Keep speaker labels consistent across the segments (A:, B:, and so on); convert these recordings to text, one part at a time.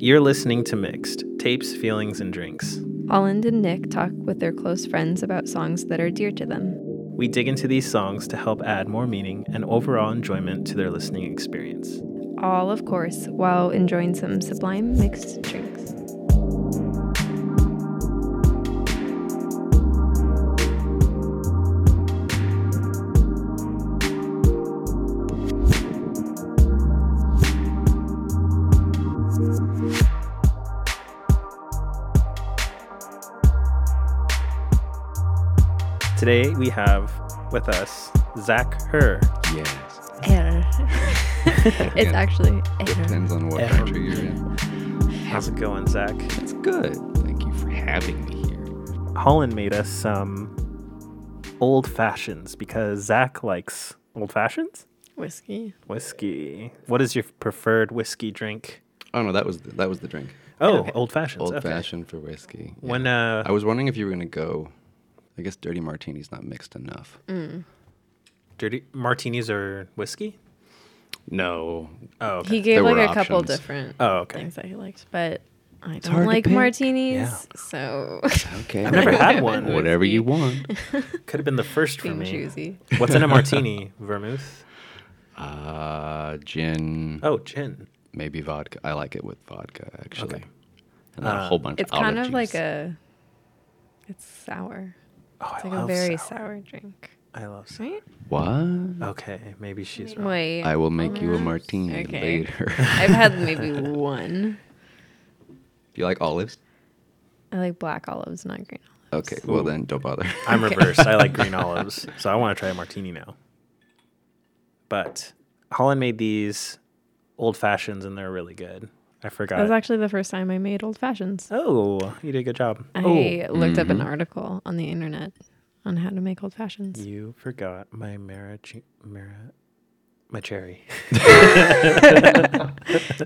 A: You're listening to Mixed Tapes, Feelings, and Drinks.
B: Holland and Nick talk with their close friends about songs that are dear to them.
A: We dig into these songs to help add more meaning and overall enjoyment to their listening experience.
B: All, of course, while enjoying some sublime mixed drinks.
A: Today we have with us Zach Herr.
C: Yes.
B: Error. it's
C: Again.
B: actually error.
C: Depends on what
A: Error.
C: country you're in.
A: How's it going, Zach?
C: It's good. Thank you for having me here.
A: Holland made us some old fashions because Zach likes old fashions?
B: Whiskey.
A: Whiskey. What is your preferred whiskey drink?
C: Oh no, that was the, that was the drink.
A: Oh, old fashions.
C: Old
A: okay.
C: fashioned for whiskey. Yeah.
A: When uh,
C: I was wondering if you were gonna go. I guess dirty martini's not mixed enough.
B: Mm.
A: dirty martinis or whiskey?
C: No,
A: Oh, okay.
B: He gave
C: There
B: like
C: were
B: a couple
C: options.
B: different
A: Oh, okay.
B: things that he liked, but I don't
C: hard to
B: like
C: pick.
B: martinis,
A: Yeah.
B: so
C: okay.
A: I've never had one.
C: Whatever you want.
A: Could have been the first for
B: being
A: me.
B: choosy.
A: What's in a martini? Vermouth?
C: Uh, gin,
A: Oh, gin.
C: maybe vodka. I like it with vodka actually,
A: Okay.
C: and then a
A: Uh,
C: whole bunch.
B: It's
C: of
B: kind
C: olive
B: of like
C: juice.
B: a. It's sour.
A: Oh,
B: It's
A: I
B: like a
A: love
B: very
A: sour.
B: sour drink,
A: I love sour.
B: right?
C: what?
A: Okay, maybe she's wrong.
B: Wait.
C: I will make you a martini
B: Okay.
C: later.
B: I've had maybe one.
C: Do you like olives?
B: I like black olives, not green olives.
C: Okay, well then don't bother.
A: I'm
B: Okay.
A: reversed. I like green olives, so I want to try a martini now. But Holland made these old fashions, and they're really good. I
B: That
A: forgot.
B: was actually the first time I made old fashions.
A: oh, you did a good job.
B: I
A: Oh,
B: looked
C: mm-hmm.
B: up an article on the internet on how to make old fashions.
A: you forgot my marachi- mara- my cherry,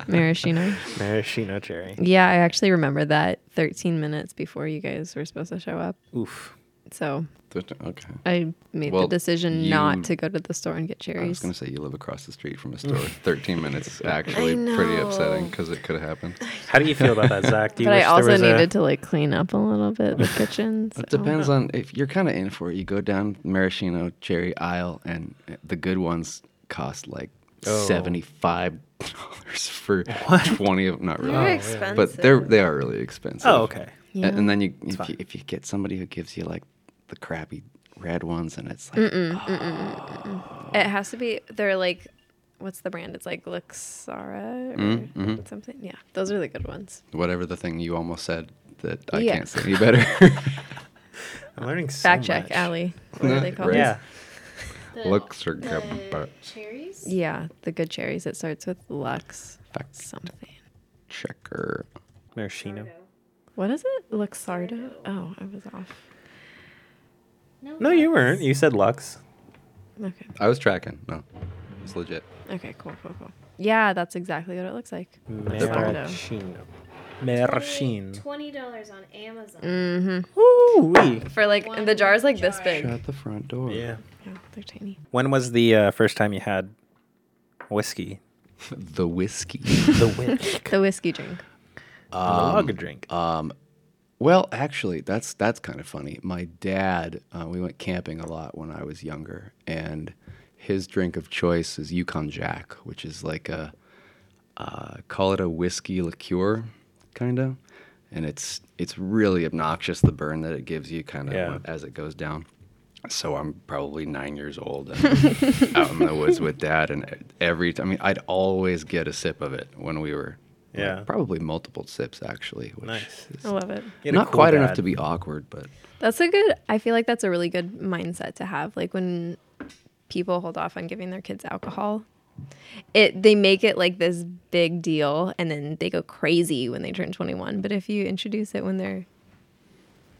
B: Maraschino.
A: maraschino cherry.
B: Yeah, I actually remember that 13 minutes before you guys were supposed to show up.
A: Oof.
B: So
C: okay.
B: I made
C: Well,
B: the decision
C: you-
B: not to go to the store and get
C: I was
B: cherries.
C: gonna say you live across the street from a store. Thirteen minutes is actually pretty upsetting because it could have happened.
A: How do you feel about that, Zach? Do you
B: But I
A: wish there
B: also
A: was a-
B: needed to like clean up a little bit the kitchen. So.
C: It depends on if you're kind of in for it. You go down maraschino cherry aisle, and the good ones cost like
A: Oh.
C: seventy five dollars for twenty of not really,
B: They're
C: Oh, but they're they are really expensive.
A: Oh, okay.
C: A-
B: Yeah.
C: And, then you if, you if you get somebody who gives you like the crappy red ones, and it's like
B: It has to be. They're like, what's the brand? It's like Luxara or
C: Mm-hmm.
B: something. Yeah, those are the good ones.
C: whatever the thing you almost said that I
B: Yeah.
C: can't say any better.
A: I'm learning so
B: Fact check,
A: much.
B: Allie. What are they called?
C: Right.
A: Yeah.
C: Looks are good.
D: cherries?
B: Yeah, the good cherries. It starts with Lux
C: Fact
B: something.
C: checker.
A: Maraschino.
B: What is it? Luxardo? Oh, I was off.
A: No, you weren't. You said Lux.
B: Okay.
C: I was tracking. No, it's legit.
B: Okay, cool, cool, cool. Yeah, that's exactly what it looks like.
A: Maraschino. Maraschino.
D: Twenty dollars on Amazon.
B: Mm.
A: Ooh-wee.
B: For like, and the jar's like this big.
C: Shut the front door.
A: Yeah.
B: Yeah, they're tiny.
A: When was the uh, first time you had whiskey?
C: The whiskey.
A: The whisk.
B: The whiskey drink.
C: Um,
A: log drink.
C: uh, well, actually, that's that's kind of funny. My dad, uh, we went camping a lot when I was younger, and his drink of choice is Yukon Jack, which is like a uh, call it a whiskey liqueur, kind of, and it's it's really obnoxious the burn that it gives you, kind of
A: Yeah.
C: as it goes down. So I'm probably nine years old and out in the woods with dad, and every time I mean, I'd always get a sip of it when we were, like,
A: Yeah.
C: probably multiple sips actually, which
A: Nice.
C: is
B: I love it.
A: You had a
C: not
A: cool
C: quite enough
A: dad.
C: to be awkward, but
B: That's a good, I feel like that's a really good mindset to have. Like when people hold off on giving their kids alcohol, it they make it like this big deal and then they go crazy when they turn 21. But if you introduce it when they're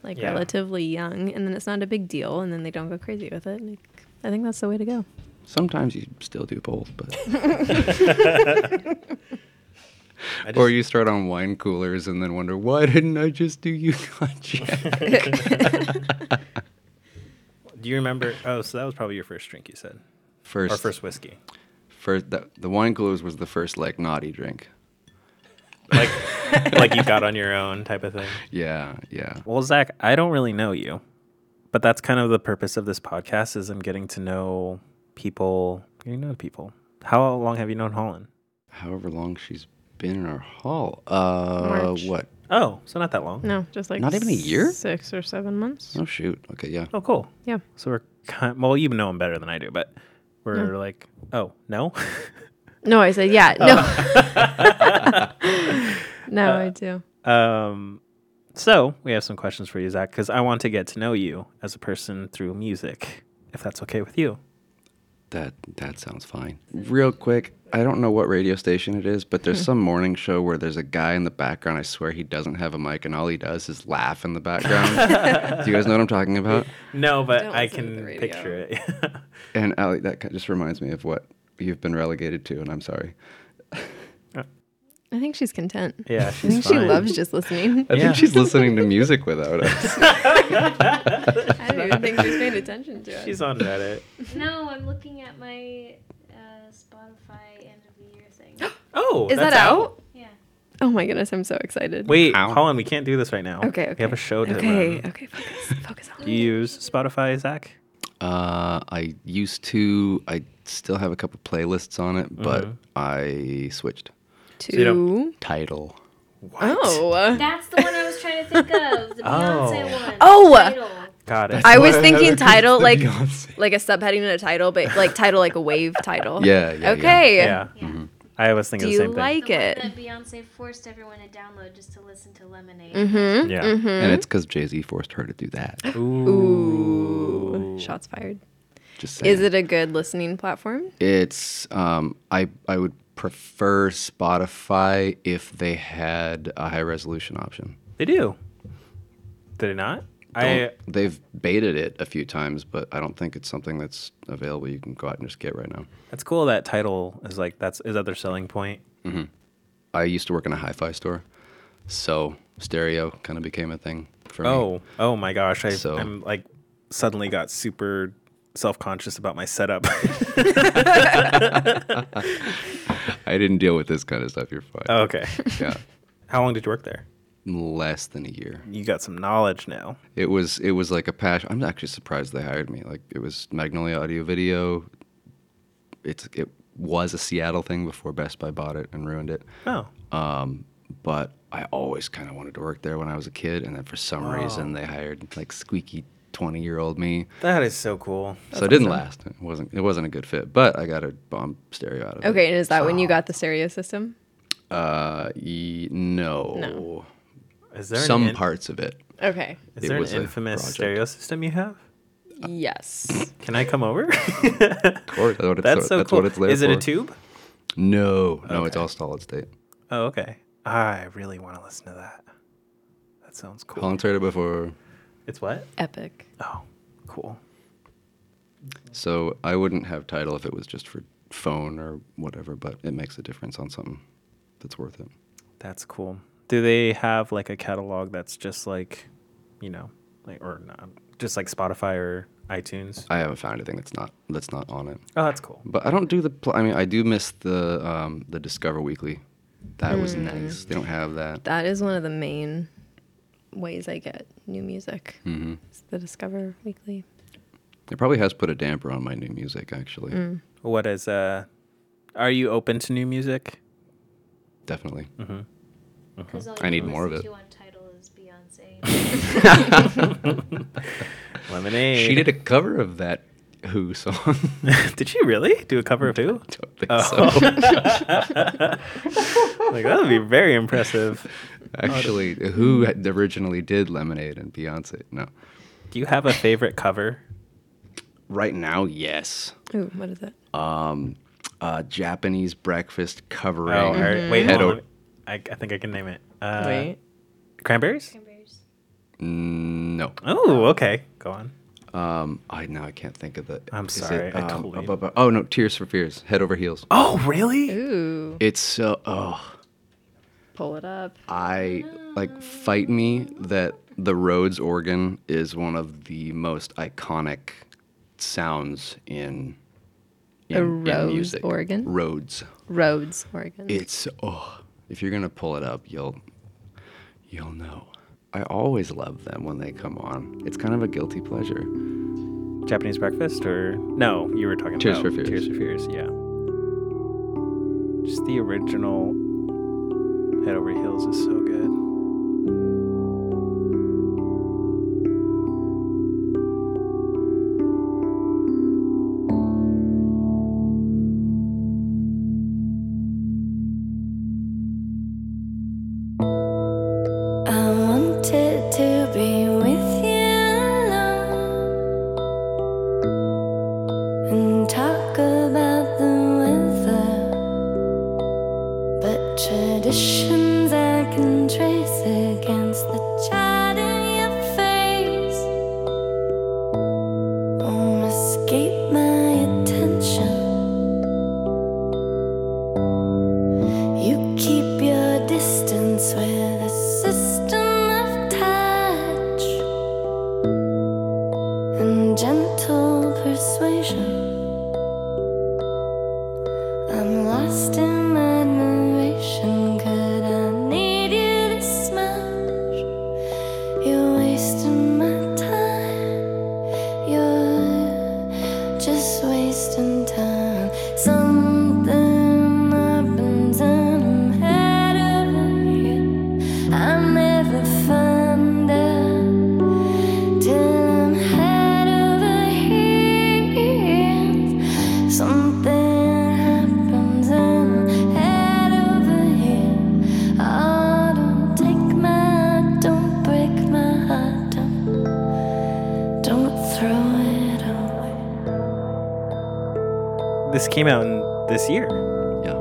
B: like
A: Yeah.
B: relatively young and then it's not a big deal and then they don't go crazy with it, like, I think that's the way to go.
C: sometimes you still do both. But
A: I just-
C: or you start on wine coolers and then wonder why didn't I just do Yukon Jack?
A: Do you remember? Oh, so that was probably your first drink you said,
C: first,
A: or first whiskey.
C: first that, the wine coolers was the first like naughty drink.
A: Like like you got on your own type of thing.
C: Yeah, yeah.
A: Well, Zach, I don't really know you, but that's kind of the purpose of this podcast is I'm getting to know people. You know people. How long have you known Holland?
C: However long she's been in our hall. Uh,
B: March.
C: what?
A: Oh, so not that long.
B: No, just like
C: Not even a year?
B: six or seven months.
C: Oh shoot. Okay, yeah.
A: Oh, cool.
B: Yeah,
A: So we're kind. Well, you know him better than I do, but we're like, oh no.
B: no, I said yeah,
C: Oh.
B: no, no,
C: Uh,
B: I do.
A: Um, so we have some questions for you, Zach, because I want to get to know you as a person through music, if that's okay with you.
C: That that sounds fine. Real quick, I don't know what radio station it is, but there's some morning show where there's a guy in the background. I swear he doesn't have a mic, and all he does is laugh in the background. Do you guys know what I'm talking about?
A: No, but
B: Don't
A: I
B: listen to the
A: can
B: radio.
A: picture it.
C: And Ali, that ki- just reminds me of what you've been relegated to, and I'm sorry.
B: I think she's content.
A: yeah,
B: I
A: she's
B: think she
A: fine.
B: loves just listening.
C: I
A: Yeah.
C: think she's listening to music without us.
B: I don't even think she's paying attention to
A: She's on Reddit.
D: No, I'm looking at my uh, Spotify end of the year thing.
A: Oh,
B: Is that
A: that's
B: out?
D: yeah.
B: Oh my goodness, I'm so excited.
A: Wait,
C: Ow.
A: Colin, we can't do this right now.
B: Okay, okay.
A: We have a show to
B: Okay,
A: run.
B: okay, focus, focus on.
A: Do you use Spotify, Zach?
C: Uh, I used to. I still have a couple playlists on it, but
B: Mm-hmm.
C: I switched.
B: Two.
A: you don't-
C: Title.
B: oh.
D: That's the one I was trying to think of. The Beyonce
A: Oh.
D: one.
B: Oh!
D: Title.
A: Got it.
B: I was
C: Whatever,
B: thinking
C: it's
B: title
C: the
B: like
C: Beyonce.
B: like a subheading and a title, but like title like a wave title.
C: Yeah, yeah, yeah.
B: Okay.
A: yeah.
D: Yeah.
C: Mm-hmm.
A: I was thinking
B: Do
A: the
B: you
A: same
B: like
D: The
B: it?
D: one that Beyonce forced everyone to download just to listen to Lemonade.
B: Mm-hmm.
A: thing. Yeah.
C: And it's because Jay Z forced her to do that.
B: Ooh. Shots fired.
C: Just saying.
B: Is it a good listening platform?
C: It's um, I I would prefer Spotify if they had a high resolution option.
A: They do. Did it not? I
C: Don't- they've baited it a few times, but I don't think it's something that's available. You can go out and just get right now.
A: that's cool that title is like that's is that their selling point?
C: I used to work in a hi-fi store, so stereo kind of became a thing for me.
A: Oh, oh my gosh! I,
C: So-
A: I'm like suddenly got super self-conscious about my setup.
C: I didn't deal with this kind of stuff. You're fine.
A: Oh, okay,
C: Yeah,
A: how long did you work there?
C: less than a year.
A: You got some knowledge now.
C: It was it was like a passion. I'm actually surprised they hired me. Like it was Magnolia Audio Video. It's it was a Seattle thing before Best Buy bought it and ruined it. Um,
A: Oh,
C: But I always kind of wanted to work there when I was a kid, and then for some
B: Oh.
C: reason they hired like squeaky twenty year old me.
A: that is so cool.
C: so it didn't last. It wasn't it wasn't a good fit. But I got a bomb stereo out of
B: Okay,
C: it.
B: and is that when you got the stereo system?
C: Uh, ye- no.
B: No.
A: Is there
C: Some
A: an, in-
C: parts of it.
B: Okay.
A: Is
C: it
A: there an
C: was a
A: infamous
C: project.
A: stereo system you have?
B: Yes.
A: Can I come over?
C: Of course, that's what it's,
A: that's so
C: that's
A: cool.
C: what it's there
A: is it a
C: for.
A: tube?
C: No, no, it's all solid state.
A: Oh, okay. I really want to listen to that. That sounds cool.
C: Colin's heard it before.
A: It's what?
B: Epic.
A: Oh, cool.
C: So I wouldn't have title if it was just for phone or whatever, but it makes a difference on something that's worth it.
A: That's cool. Do they have like a catalog that's just like, you know, like or not, just like Spotify or iTunes?
C: I haven't found anything that's not that's not on it.
A: Oh, that's cool.
C: But I don't do the. Pl- I mean, I do miss the um, the Discover Weekly. That was nice. They don't have that.
B: That is one of the main ways I get new music. Mm-hmm. It's the Discover Weekly.
C: It probably has put a damper on my new music.
B: Mm.
C: Actually,
A: What is uh? Are you open to new music? Mm-hmm.
C: definitely.
D: 'Cause all
C: Uh-huh. I
D: you
C: need more of
D: listen
C: it.
D: to on title is Beyonce.
A: Lemonade.
C: She did a cover of that Who song. I
A: did she really do a cover of Who?
C: don't think so.
A: Like that would be very impressive.
C: Actually, Who had originally did Lemonade and Beyonce? No.
A: Do you have a favorite cover?
C: Right now, yes.
B: Ooh, what is it?
C: uh, Japanese breakfast covering.
A: Oh, or- wait,
C: Head
A: hold on,
C: o-
A: let me- I, I think I can name it. Uh,
B: Mm-hmm. Wait.
A: Cranberries?
C: Mm, no,
A: Oh, okay. Go on.
C: um, I now I can't think of the.
A: I'm
C: is
A: sorry, I totally-
C: bu- bu- oh no, Tears for Fears, Head Over Heels.
A: Oh, really?
B: Ooh,
C: It's so. Oh,
B: pull it up.
C: I like fight me that the Rhodes organ is one of the most iconic sounds in. In,
B: A
C: in
B: Rhodes
C: music.
B: organ?
C: Rhodes.
B: Rhodes, Oregon.
C: It's oh, if you're gonna pull it up, you'll you'll know. I always love them when they come on. It's kind of a guilty pleasure.
A: Japanese breakfast or no? You were talking
C: Tears
A: about
C: for Fears.
A: Tears for Fears. Yeah. Just the original Head Over Heels is so good.
E: I wanted to be with you now and talk about the weather, but traditions I can trace against the child in your face won't escape my attention. You keep your distance with a system of touch and gentle persuasion. I'm lost in my narration. Could I need you this much? You're wasting my time. You're just wasting time. Something happens and I'm head over you. I never find out till I'm head over heels. Something happens and I'm head over heels. Oh, don't take my, don't break my heart, don't don't throw it away.
A: This came out in this year.
C: Yeah.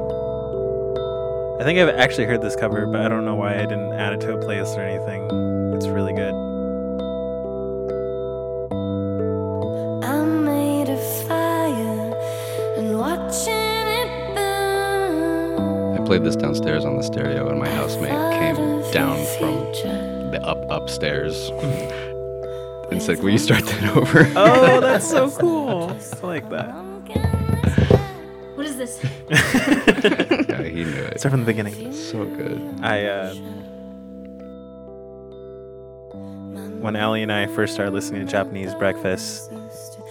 A: I think I've actually heard this cover, but I don't know why I didn't add it to a playlist or anything. It's really good.
E: I made a fire and watching it burn.
C: I played this downstairs on the stereo, and my housemate came
E: Thought of
C: down
E: your
C: from
E: future
C: the up upstairs and said, "Will you start that over?"
A: Oh, that's so cool. I like
B: Oh.
A: that.
E: pumpkin sky.
D: What is this?
C: yeah, he knew it.
A: Start from the beginning.
C: So good.
A: I uh, when Allie and I first started listening to Japanese Breakfast,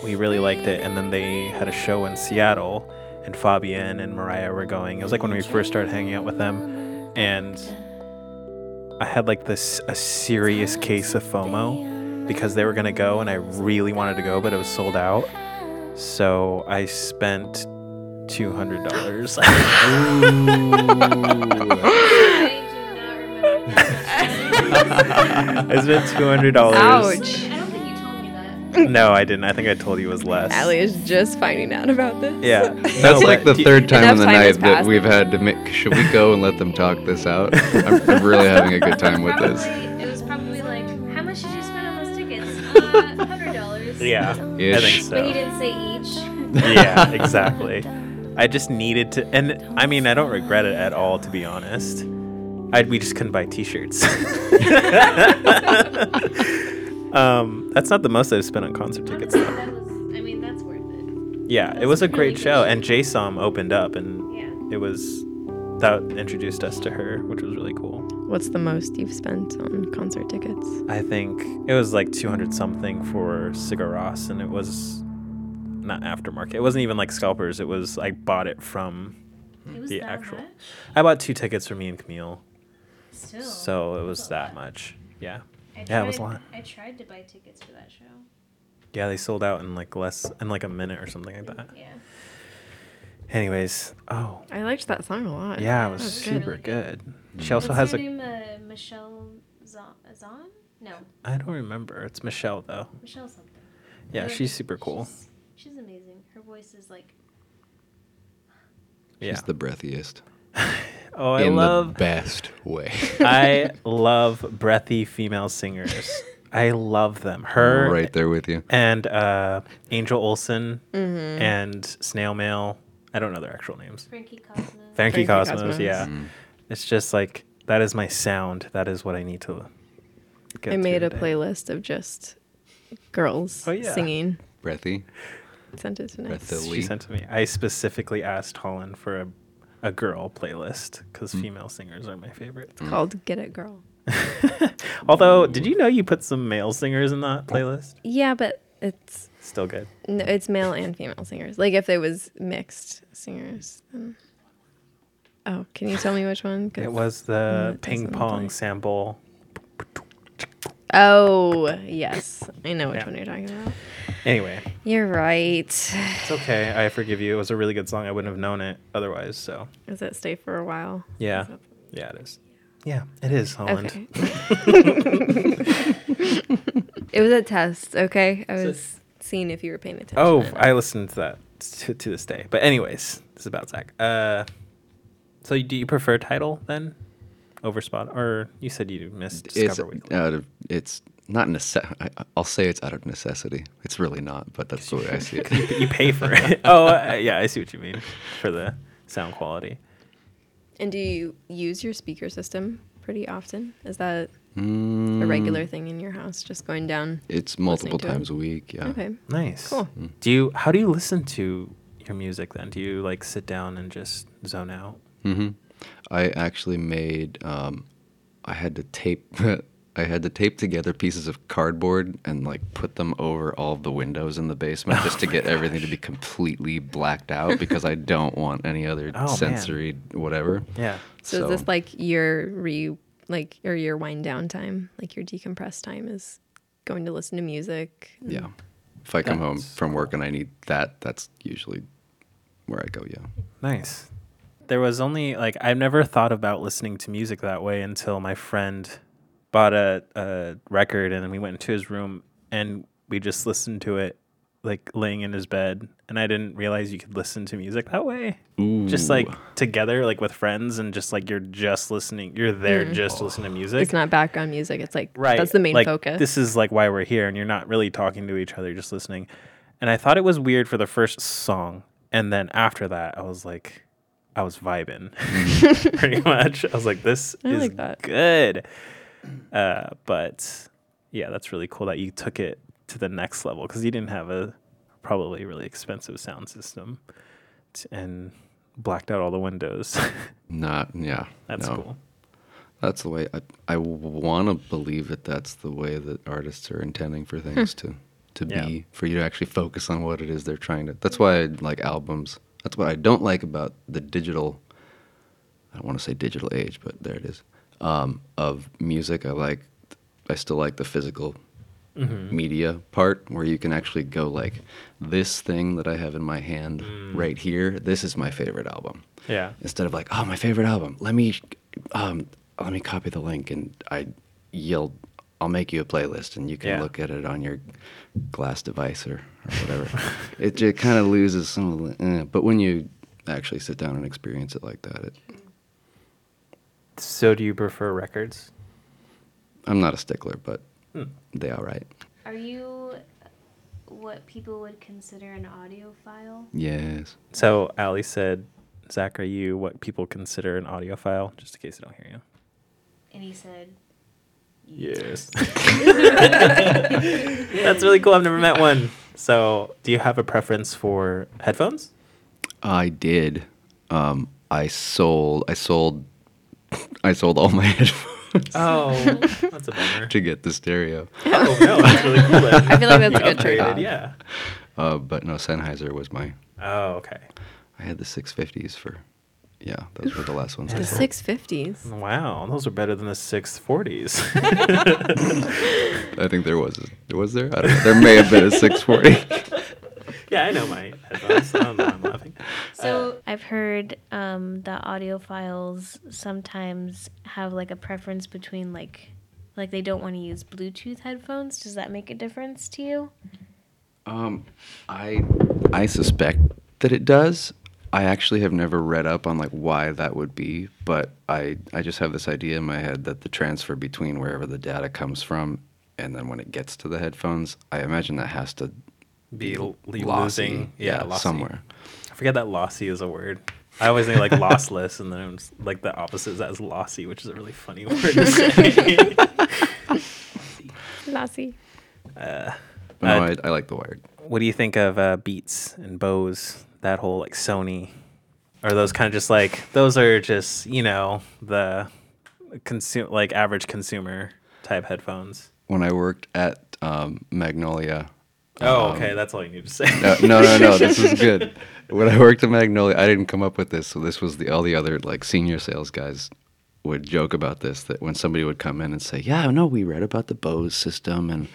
A: we really liked it. And then they had a show in Seattle, and Fabian and Mariah were going. It was like when we first started hanging out with them, and I had like this a serious case of FOMO because they were gonna go, and I really wanted to go, but it was sold out. So I spent two hundred dollars.
D: I do not remember.
A: I spent two hundred dollars.
B: Ouch.
D: I don't think you told me that.
A: No, I didn't. I think I told you it was less.
B: Allie is just finding out about this.
A: Yeah,
C: That's like the third time
B: Enough
C: in the
B: time has
C: night that
B: passed.
C: we've had to make. Should we go and let them talk this out? I'm, I'm really having a good time with
D: probably,
C: this.
D: It was probably like, how much did you spend on those tickets? Uh, hundred dollars.
A: Yeah, I think
C: Ish.
D: But
A: so.
D: you didn't say each.
A: yeah, exactly. I just needed to, and I mean, I don't regret it at all, to be honest. I, we just couldn't buy T-shirts. um, that's not the most I've spent on concert tickets,
D: Honestly,
A: though.
D: that was. I mean, that's worth it.
A: Yeah, it was a
D: really
A: great
D: good
A: show, and JSOM opened up, and
D: Yeah.
A: it was that introduced us to her, which was really cool.
B: What's the most you've spent on concert tickets?
A: I think it was like 200 something for Cigar Ross, and it was not aftermarket. It wasn't even like scalpers. It was I bought it from.
D: It was
A: The
D: that
A: actual-
D: much?
A: I bought two tickets for me and Camille,
D: Still.
A: so it was that much. Yeah, yeah, it was a lot.
D: I tried to buy tickets for that show.
A: Yeah, they sold out in like less in like a minute or something like that.
D: Yeah.
A: Anyways, oh
B: I liked that song a lot.
A: yeah, it was
B: That's good.
A: super good.
C: Mm.
A: She also
D: What's
A: has
D: her
A: a.
D: name? Uh, Michelle Zahn? Zahn? No,
A: I don't remember. It's Michelle though.
D: Michelle something.
A: Yeah,
D: Uh,
A: she's super cool.
D: She's, she's amazing. Her voice is like.
A: Yeah.
C: She's the breathiest.
A: Oh, I
C: in
A: love
C: the best way.
A: I love breathy female singers. I love them. Her
C: right there with you.
A: and uh, Angel Olsen
B: Mm-hmm.
A: and Snail Mail. I don't know their actual names.
D: Frankie Cosmo.
A: Frankie
B: Frankie
A: Cosmos,
B: Cosmos.
A: yeah.
C: Mm-hmm. Mm.
A: It's just like that is my sound. That is what I need to get
B: I made
A: through
B: a
A: today.
B: playlist of just girls
A: Oh, yeah.
B: singing.
C: Breathy.
B: Sent it to Nick.
C: Breathily.
A: She sent to me. I specifically asked Holland for a, a girl playlist because female singers are my favorite.
B: It's called Get It Girl.
A: Although, did you know you put some male singers in that playlist?
B: Yeah, but it's
A: Still good.
B: no, it's male and female singers. Like if it was mixed singers. Then... Oh, can you tell me which one? 'Cause-
A: It was the
B: Mm, it
A: ping
B: doesn't
A: pong
B: like-
A: sample.
B: Oh, yes. I know which
A: Yeah.
B: one you're talking about.
A: Anyway,
B: You're right.
A: it's okay. I forgive you. It was a really good song. I wouldn't have known it otherwise. So,
B: Does it stay for a while?
A: yeah. Yeah, it is. Yeah, it is Holland.
B: Okay. it was a test, okay? I was seeing if you were paying attention.
A: Oh,
B: or not.
A: I listened to that to, to this day. But anyways, this is about Zach. Uh, so you, do you prefer title then over spot? Or you said you missed
C: It's
A: Discover Weekly.
C: out of it's not necess- I, I'll say it's out of necessity. It's really not, but that's the way I see it.
A: you pay for it. oh, uh, yeah, I see what you mean for the sound quality.
B: And do you use your speaker system pretty often? Is that
A: Mm.
B: a regular thing in your house, just going down?
C: It's
B: Listening
C: multiple
B: to it.
C: times a week. Yeah.
B: Okay.
A: Nice.
B: Cool.
A: Do you? How do you listen to your music then? Do you like sit down and just zone out?
C: I actually made. Um, I had to tape. I had to tape together pieces of cardboard and like put them over all of the windows in the basement just
B: Oh
C: to get everything to be completely blacked out because I don't want any other
A: Oh, man.
C: sensory whatever.
A: Yeah.
B: So, is this like your re like or your wind down time? Like your decompress time is going to listen to music.
C: yeah. Mm. If I come home
A: That's
C: from work and I need that, that's usually where I go. Yeah.
A: Nice. There was only like I've never thought about listening to music that way until my friend bought a, a record and then we went into his room and we just listened to it like laying in his bed and I didn't realize you could listen to music that way. Just like together like with friends and just like you're just listening you're there just to listen to music.
B: It's not background music. It's like
A: right
B: that's the main
A: like,
B: focus.
A: this is like why we're here and you're not really talking to each other you're just listening and i thought it was weird for the first song and then after that i was like i was vibing pretty much i was like this
B: I
A: is
B: like that.
A: good uh, but yeah that's really cool that you took it to the next level because you didn't have a probably really expensive sound system t- and blacked out all the windows
C: Not. Yeah.
A: that's
C: no.
A: cool
C: That's the way I, I want to believe that that's the way that artists are intending for things to to
A: Yeah.
C: be for you to actually focus on what it is they're trying to. That's why I like albums. That's what I don't like about the digital. I don't want to say digital age, but there it is. Um, of music, I like. I still like the physical media part where you can actually go like this thing that I have in my hand right here. This is my favorite album
A: yeah
C: instead of like, oh, my favorite album. Let me, um, let me copy the link and I, you'll, I'll make you a playlist and you can
A: Yeah.
C: look at it on your glass device or, or whatever. it just kind of loses some of the. eh. But when you actually sit down and experience it like that, it,
A: so do you prefer records
C: I'm not a stickler, but they all right.
D: Are you what people would consider an audiophile?
C: Yes.
A: So Ali said, Zach, are you what people consider an audiophile? Just in case I don't hear you.
D: And he said,
A: Yes. That's really cool. I've never met one. So do you have a preference for headphones?
C: I did. Um, I sold. I sold. I sold all my headphones
A: Oh, that's a bummer.
C: to get the stereo.
A: Oh no, that's really cool.
B: I feel like that's a good
A: upgraded,
B: trade-off.
A: yeah.
C: Uh, but no, Sennheiser was my
A: Oh, okay.
C: I had the 650s for, yeah, those were the last ones. I
B: The
C: sold.
B: six fifties.
A: Wow, those are better than the 640s.
C: I think there was. There was there? I don't know. There may have been a 640.
A: yeah, I know my headphones. I don't know why I'm laughing.
D: So
A: Uh,
D: I've heard um, that audiophiles sometimes have like a preference between like like they don't want to use Bluetooth headphones. Does that make a difference to you?
C: Um, I, I suspect that it does. I actually have never read up on like why that would be, but I, I just have this idea in my head that the transfer between wherever the data comes from and then when it gets to the headphones, I imagine that has to
A: Be l-
C: lossy,
A: losing. Yeah, lossy. Uh,
C: somewhere.
A: I forget that lossy is a word. I always think like lossless, and then I'm s- like the opposite is that is lossy, which is a really funny word. to say.
B: Lassie.
C: But no,
A: Uh,
C: I, I like the wired.
A: what do you think of uh, Beats and Bose? That whole like Sony, are those kind of just like those are just you know the consume like average consumer type headphones.
C: When I worked at um, Magnolia,
A: Oh, okay, that's all you need to say.
C: no, Uh, no, no, no, this is good. When I worked at Magnolia, I didn't come up with this, so this was the all the other like senior sales guys would joke about this that when somebody would come in and say, "Yeah, no, we read about the Bose system and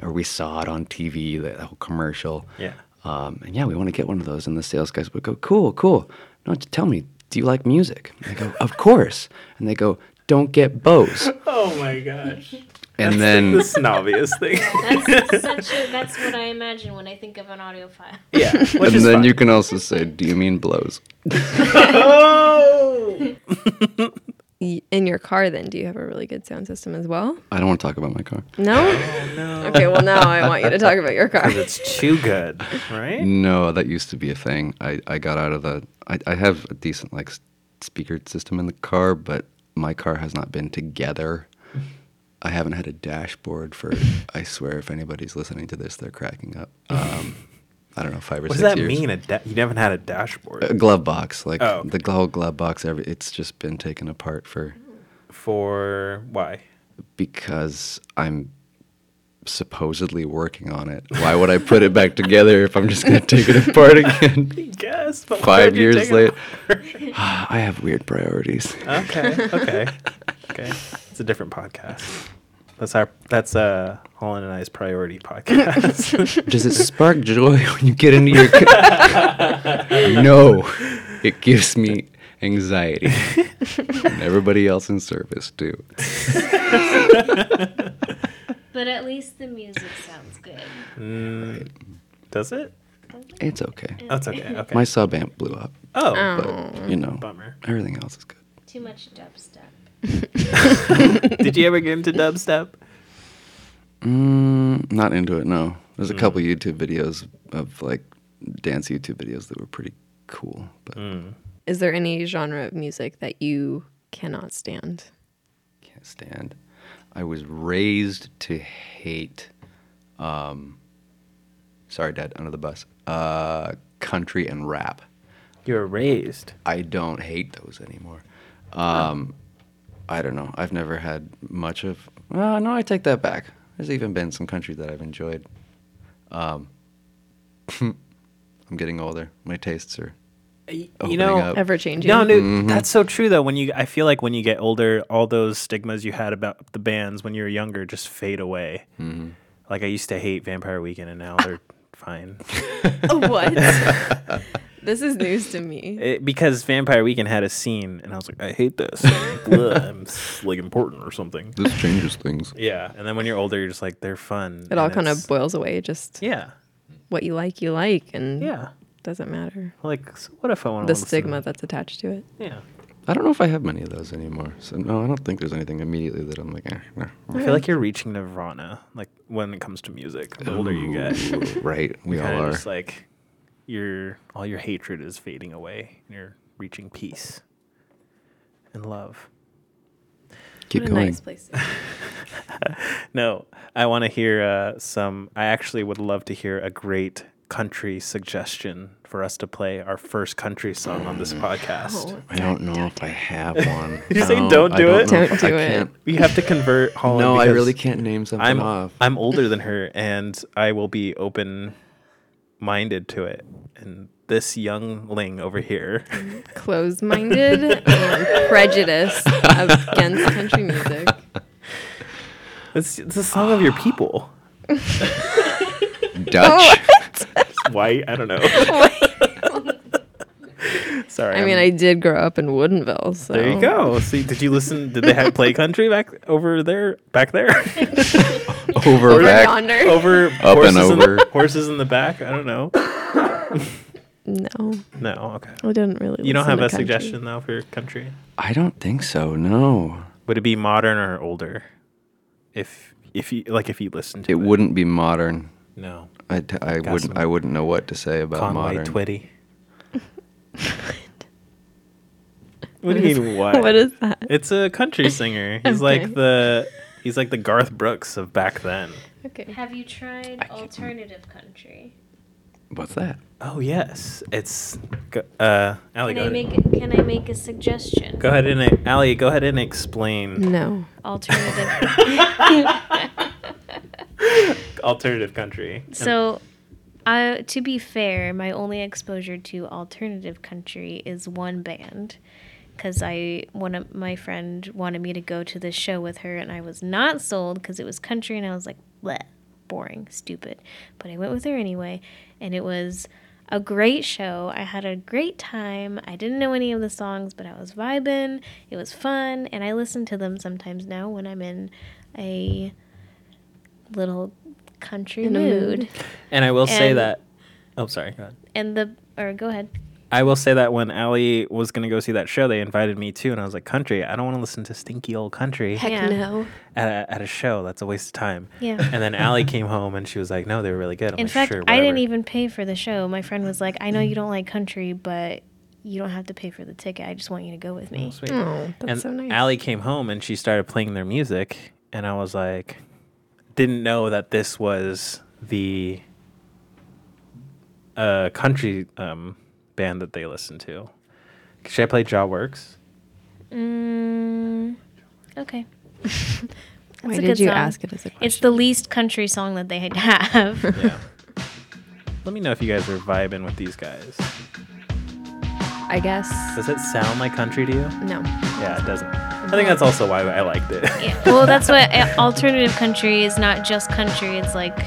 C: or we saw it on TV, that whole commercial."
A: Yeah.
C: Um, and yeah, we want to get one of those. And the sales guys would go, cool, cool. No, t- tell me, do you like music? And I go, of course. And they go, don't get Bose.
A: Oh my gosh,
C: And then,
A: the snobbiest thing.
D: That's such a, that's what I imagine when I think of an audiophile.
A: yeah, which
C: and
A: is
C: then
A: fine.
C: you can also say, do you mean blows?
A: Oh,
B: Y- In your car, then, do you have a really good sound system as well?
C: I don't want to talk about my car.
B: No?
A: Oh, no,
B: Okay, well, now I want you to talk about your car.
A: it's too good, right?
C: No, that used to be a thing. I, I got out of the. I, I have a decent like s- speaker system in the car, but my car has not been together. I haven't had a dashboard for. I swear, if anybody's listening to this, they're cracking up. Um, I don't know, five or
A: What does
C: six
A: that
C: years.
A: mean? A da- you haven't had a dashboard
C: A glove box, like
A: Oh.
C: the gl- whole glove box. Every it's just been taken apart for
A: for why?
C: because I'm supposedly working on it. Why would I put it back together if I'm just going to take it apart again?
A: Yes, but why
C: Five
A: would you
C: years
A: take it
C: later, I have weird priorities.
A: Okay. Okay. okay. It's a different podcast. That's our that's uh Holland and I's priority podcast.
C: Does it spark joy when you get into your? Ca- no, it gives me anxiety, and everybody else in service too.
D: But at least the music sounds good.
A: Mm, does it?
C: It's okay.
A: That's okay. Okay.
C: My sub amp blew up,
A: oh,
C: but you know,
A: bummer.
C: everything else is good.
D: Too much dubstep.
A: Did you ever get into dubstep?
C: Mm, not into it. No,
A: Mm.
C: there's a couple YouTube videos of like dance YouTube videos that were pretty cool, but
B: Is there any genre of music that you cannot stand?
C: can't stand. I was raised to hate. Um, sorry, Dad, under the bus. Uh, country and rap.
A: You were raised.
C: I don't hate those anymore. Um, I don't know. I've never had much of. Well, no, I take that back. There's even been some country that I've enjoyed. Um, I'm getting older. My tastes are.
A: you
C: Opening
A: know,
C: up. Mm-hmm.
B: Ever changing?
A: No, dude, that's so true though. When you, I feel like when you get older, all those stigmas you had about the bands when you were younger just fade away.
C: Mm-hmm.
A: Like I used to hate Vampire Weekend, and now they're fine.
B: what? this is news to me.
A: It, because Vampire Weekend had a scene, and I was like, I hate this. Ugh, I'm s- like important or something.
C: This changes things.
A: Yeah, and then when you're older, you're just like they're fun.
B: It all
A: and
B: kind of
A: it's-
B: boils away. Just
A: yeah,
B: what you like, you like, and
A: yeah.
B: doesn't matter
A: Like, s- what if I want
B: the stigma that's attached to it.
A: Yeah,
C: I don't know if I have many of those anymore. So no, I don't think there's anything immediately that I'm like, eh, nah.
A: I feel like you're reaching nirvana. Like when it comes to music, the older you get,
C: right? We all
A: kind
C: are.
A: of just like your all your hatred is fading away, and you're reaching peace and love.
C: Keep
B: what a
C: going.
B: nice place. to be.
A: No, I want to hear uh, some. I actually would love to hear a great country suggestion for us to play our first country song on
C: Mm.
A: this podcast.
B: Oh,
C: I don't know if I have one.
A: you say
C: No,
A: don't
C: I
A: do it?
C: know if
B: Don't
C: I
B: do it.
C: can't-
A: We have to convert Holland.
C: No, I
A: because
C: really can't name something
A: I'm
C: off.
A: I'm older than her, and I will be open minded to it. And this youngling over here,
B: Closed-minded and prejudiced against country music.
A: it's, it's a song of your people.
C: Oh.
B: Oh,
C: Dutch.
A: Why I don't know. Sorry.
B: I mean, I
A: I'm-
B: did grow up in Woodinville, so
A: Um, There you go. See, did you listen? Did they have play country back over there? Back there?
C: over
B: Over
C: back.
B: yonder.
A: over
C: Up
A: horses In
C: and
A: the,
C: over.
A: horses in the back? I don't know.
B: No,
A: No. Okay.
B: I didn't really.
A: You don't have
B: listen to
A: a
B: country.
A: suggestion though for country.
C: I don't think so. No,
A: Would it be modern or older? If if you like, if you listen to
C: it
A: it,
C: wouldn't be modern.
A: no
C: I, t- I
A: Got
C: wouldn't.
A: some
C: I wouldn't know what to say about
A: Conway
C: modern.
A: Twitty. what do you mean what?
B: What is that?
A: It's a country singer. He's
B: Okay.
A: like the he's like the Garth Brooks of back then.
B: Okay.
D: Have you tried alternative country?
C: What's that?
A: Oh yes, it's go- uh, Allie.
D: Can
A: Go
D: I
A: ahead.
D: make can I make a suggestion?
A: go ahead and Allie, go ahead and explain
B: No.
D: Alternative.
A: alternative country. And-
D: so, I to be fair, my only exposure to alternative country is one band, because I one of my friend wanted me to go to this show with her, and I was not sold because it was country, and I was like, bleh, boring, stupid. But I went with her anyway, and it was a great show. I had a great time. I didn't know any of the songs, but I was vibing. It was fun, and I listen to them sometimes now when I'm in a little country
B: In a
D: mood.
B: mood.
A: and I will say
D: and-
A: that. Oh, sorry. Go ahead.
D: And the or go ahead.
A: I will say that when Allie was gonna go see that show, they invited me too, and I was like, "Country, I don't want to listen to stinky old country
B: Heck
D: Yeah.
B: no.
A: at a, at a show. That's a waste of time."
D: Yeah.
A: And then Allie came home and she was like, "No, they were really good." I'm
D: In
A: like,
D: fact,
A: sure,
D: I didn't
A: whatever." Mm.
D: even pay for the show. My friend was like, "I know you don't like country, but you don't have to pay for the ticket. I just want you to go with me."
A: Sweet.
B: Oh, that's
A: and
B: so nice.
A: Allie came home and she started playing their music, and I was like, didn't know that this was the uh, country um, band that they listened to. Should I play Jaw Works?
D: Mm, okay.
B: Why
D: It's a
B: did
D: good
B: you
D: song.
B: ask it as a question?
D: It's the least country song that they had to have.
A: Yeah. Let me know if you guys are vibing with these guys.
B: I guess.
A: Does it sound like country to you?
B: No.
A: Yeah, it doesn't. I think that's also why I liked it.
D: Yeah. Well, that's what uh, alternative country is not just country. It's like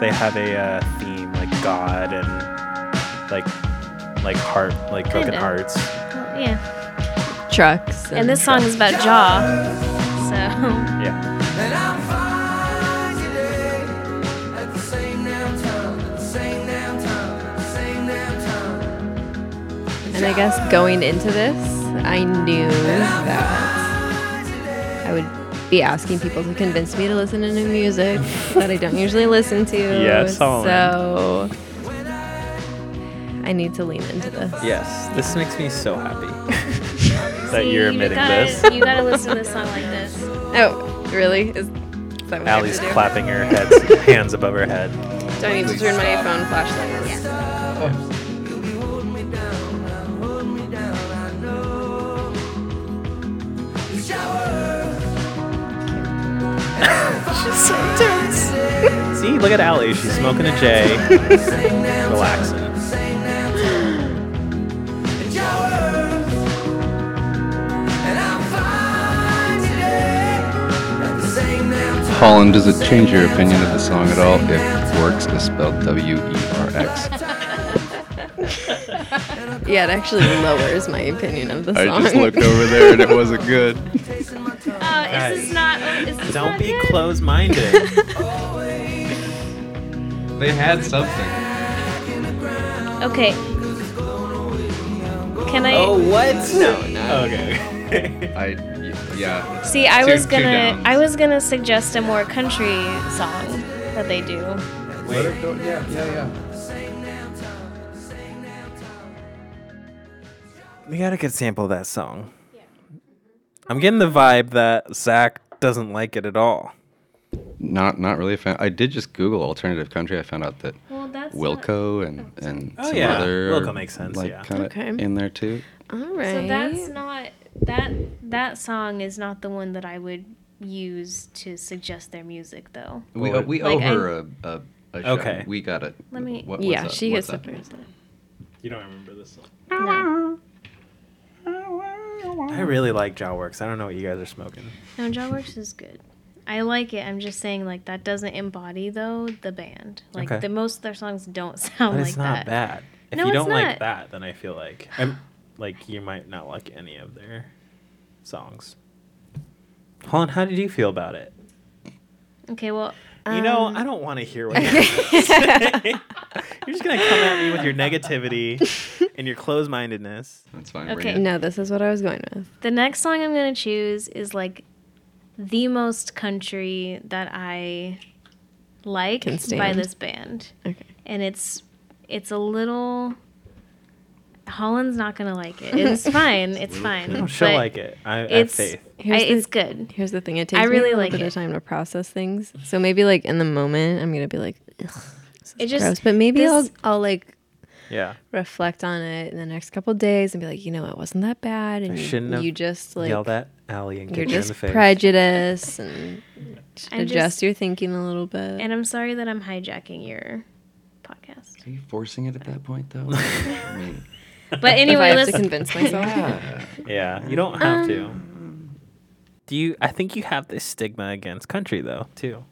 A: they have a uh, theme like God and like like heart, like broken
D: Kinda.
A: hearts.
D: yeah.
B: Trucks.
D: And this song is about jaw. So
A: Yeah.
F: And I'm fine today at the same damn time, at the same damn time, at the same damn time.
B: And I guess going into this, I knew that I would be asking people to convince me to listen to new music that I don't usually listen to.
A: Yes, Solomon.
B: So I need to lean into this.
A: Yes, this makes me so happy that
D: See,
A: you're
D: you
A: admitting
D: gotta,
A: this.
D: You gotta listen to this song like this.
B: Oh, really? Is, is that what I have
A: Allie's
B: to do?
A: clapping her heads, hands above her head.
B: Do I need to turn my phone flashlight on? Yeah.
F: You hold me down, now hold me down, I know. You shower.
A: See, look at Allie. She's smoking a J, relaxing.
F: And your words. And I'm fine today at the same damn time.
C: Holland, does it change your opinion of the song at all? If works is spelled W E R X.
B: Yeah, it actually lowers my opinion of the
C: I
B: song.
C: just looked over there and it wasn't good.
D: Oh, is this not? Is this
A: Don't
D: not
A: be
D: good?
A: close-minded.
C: They had something.
D: Okay. Can I?
A: Oh, what? No, no. Okay.
C: I yeah.
D: See, I
C: Two-
D: was
C: two
D: gonna,
C: downs.
D: I was gonna suggest a more country song that they do.
A: Wait.
C: yeah, yeah, yeah.
A: We got a good sample of that song. I'm getting the vibe that Zach doesn't like it at all.
C: Not not really a fan. I did just Google alternative country. I found out that
D: Well, that's
C: Wilco and and
A: Oh,
C: some
A: yeah.
C: other
A: Wilco makes sense,
C: Like
A: yeah.
C: kind of
B: Okay.
C: in there too.
B: All right.
D: So that's not that that song is not the one that I would use to suggest their music, though.
C: We
A: Well,
C: we
D: like,
C: owe
D: I-
C: her a, a, a show.
A: Okay.
C: We got it.
D: Let me-
C: What,
B: yeah,
C: what's
B: she
C: up?
B: gets the
C: What's up?
B: first.
A: You don't remember this song.
D: No,
A: I really like Jawworks. I don't know what you guys are smoking.
D: no, Jaw Works is good. I like it. I'm just saying, like that doesn't embody though the band. Like
A: Okay.
D: the most of their songs don't sound
A: But
D: like
A: it's not
D: that.
A: bad. If
D: No,
A: you
D: it's
A: don't like
D: not.
A: that, then I feel like I'm like you might not like any of their songs. Holland, how did you feel about it?
D: Okay, well,
A: you know, I don't want to hear what you have to say. You're just gonna come at me with your negativity and your closed mindedness.
C: That's fine.
D: Okay.
C: We're
B: No, this is what I was going with.
D: The next song I'm gonna choose is like the most country that I like
B: Can
D: by
B: stand.
D: this band,
B: Okay.
D: and it's it's a little Holland's not gonna like it. It's fine. It's fine.
A: No, she'll
D: but
A: like it. I, I have
D: It's
A: faith.
D: I,
B: Here's the-
D: it's good.
B: Here's the thing. It takes
D: really
B: me a
D: like
B: little bit
D: it.
B: of time to process things. So maybe like in the moment, I'm gonna be like, Ugh, this is
D: It just-
B: gross. But maybe
D: this-
B: I'll I'll like
A: Yeah.
B: reflect on it in the next couple days and be like, you know, it wasn't that bad, and
A: I
B: you-
A: shouldn't have
B: you just like
A: Yell that alley and
B: you're
A: kick her in the
B: just
A: face.
B: prejudice and
D: I'm
B: adjust
D: just-
B: your thinking a little bit.
D: And I'm sorry that I'm hijacking your podcast.
C: Are you forcing it at that point, though? I mean,
D: But
B: if I
D: anyway,
B: have to
D: let's
B: convince myself.
A: yeah, you don't have to.
B: Um,
A: Do you? I think you have this stigma against country though too.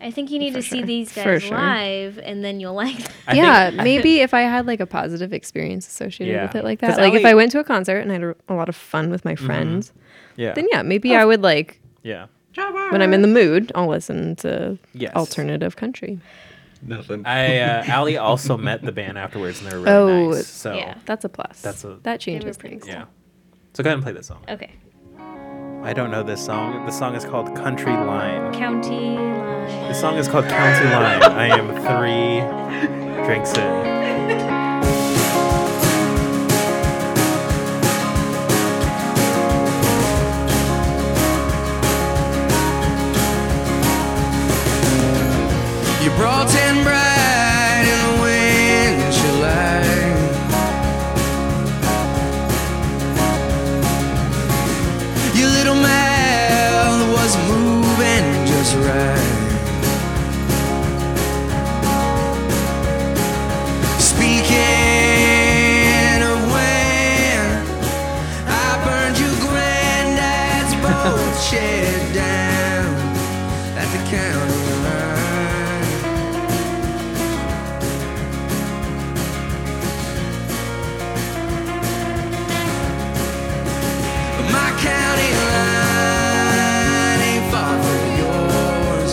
D: I think you need to see
B: sure.
D: these
B: For
D: guys
B: sure.
D: live, and then you'll like. Them.
A: I
B: yeah,
A: think-
B: maybe if I had like a positive experience associated
A: Yeah.
B: with it like
A: 'Cause
B: that. Like if
A: Ally-
B: I went to a concert and I had a, a lot of fun with my friends,
A: Yeah.
B: then yeah, maybe I would like
A: Yeah.
B: when I'm in the mood, I'll listen to
A: Yes.
B: alternative country.
C: nothing.
A: I uh, Allie also met the band afterwards and they were really
B: Oh,
A: nice. So
D: yeah.
B: That's a plus.
A: That's a-
B: that
D: were
B: changes
D: pretty
B: things.
A: yeah. So go ahead and play this song.
D: Okay,
A: I don't know this song. The song is called Country Line.
D: county line.
A: The song is called County Line. I am three drinks in.
F: You brought in bright in the wind in July. Your little mouth was moving just right. Speaking of when I burned your granddad's boat shed down at the county line. My county line ain't far from yours.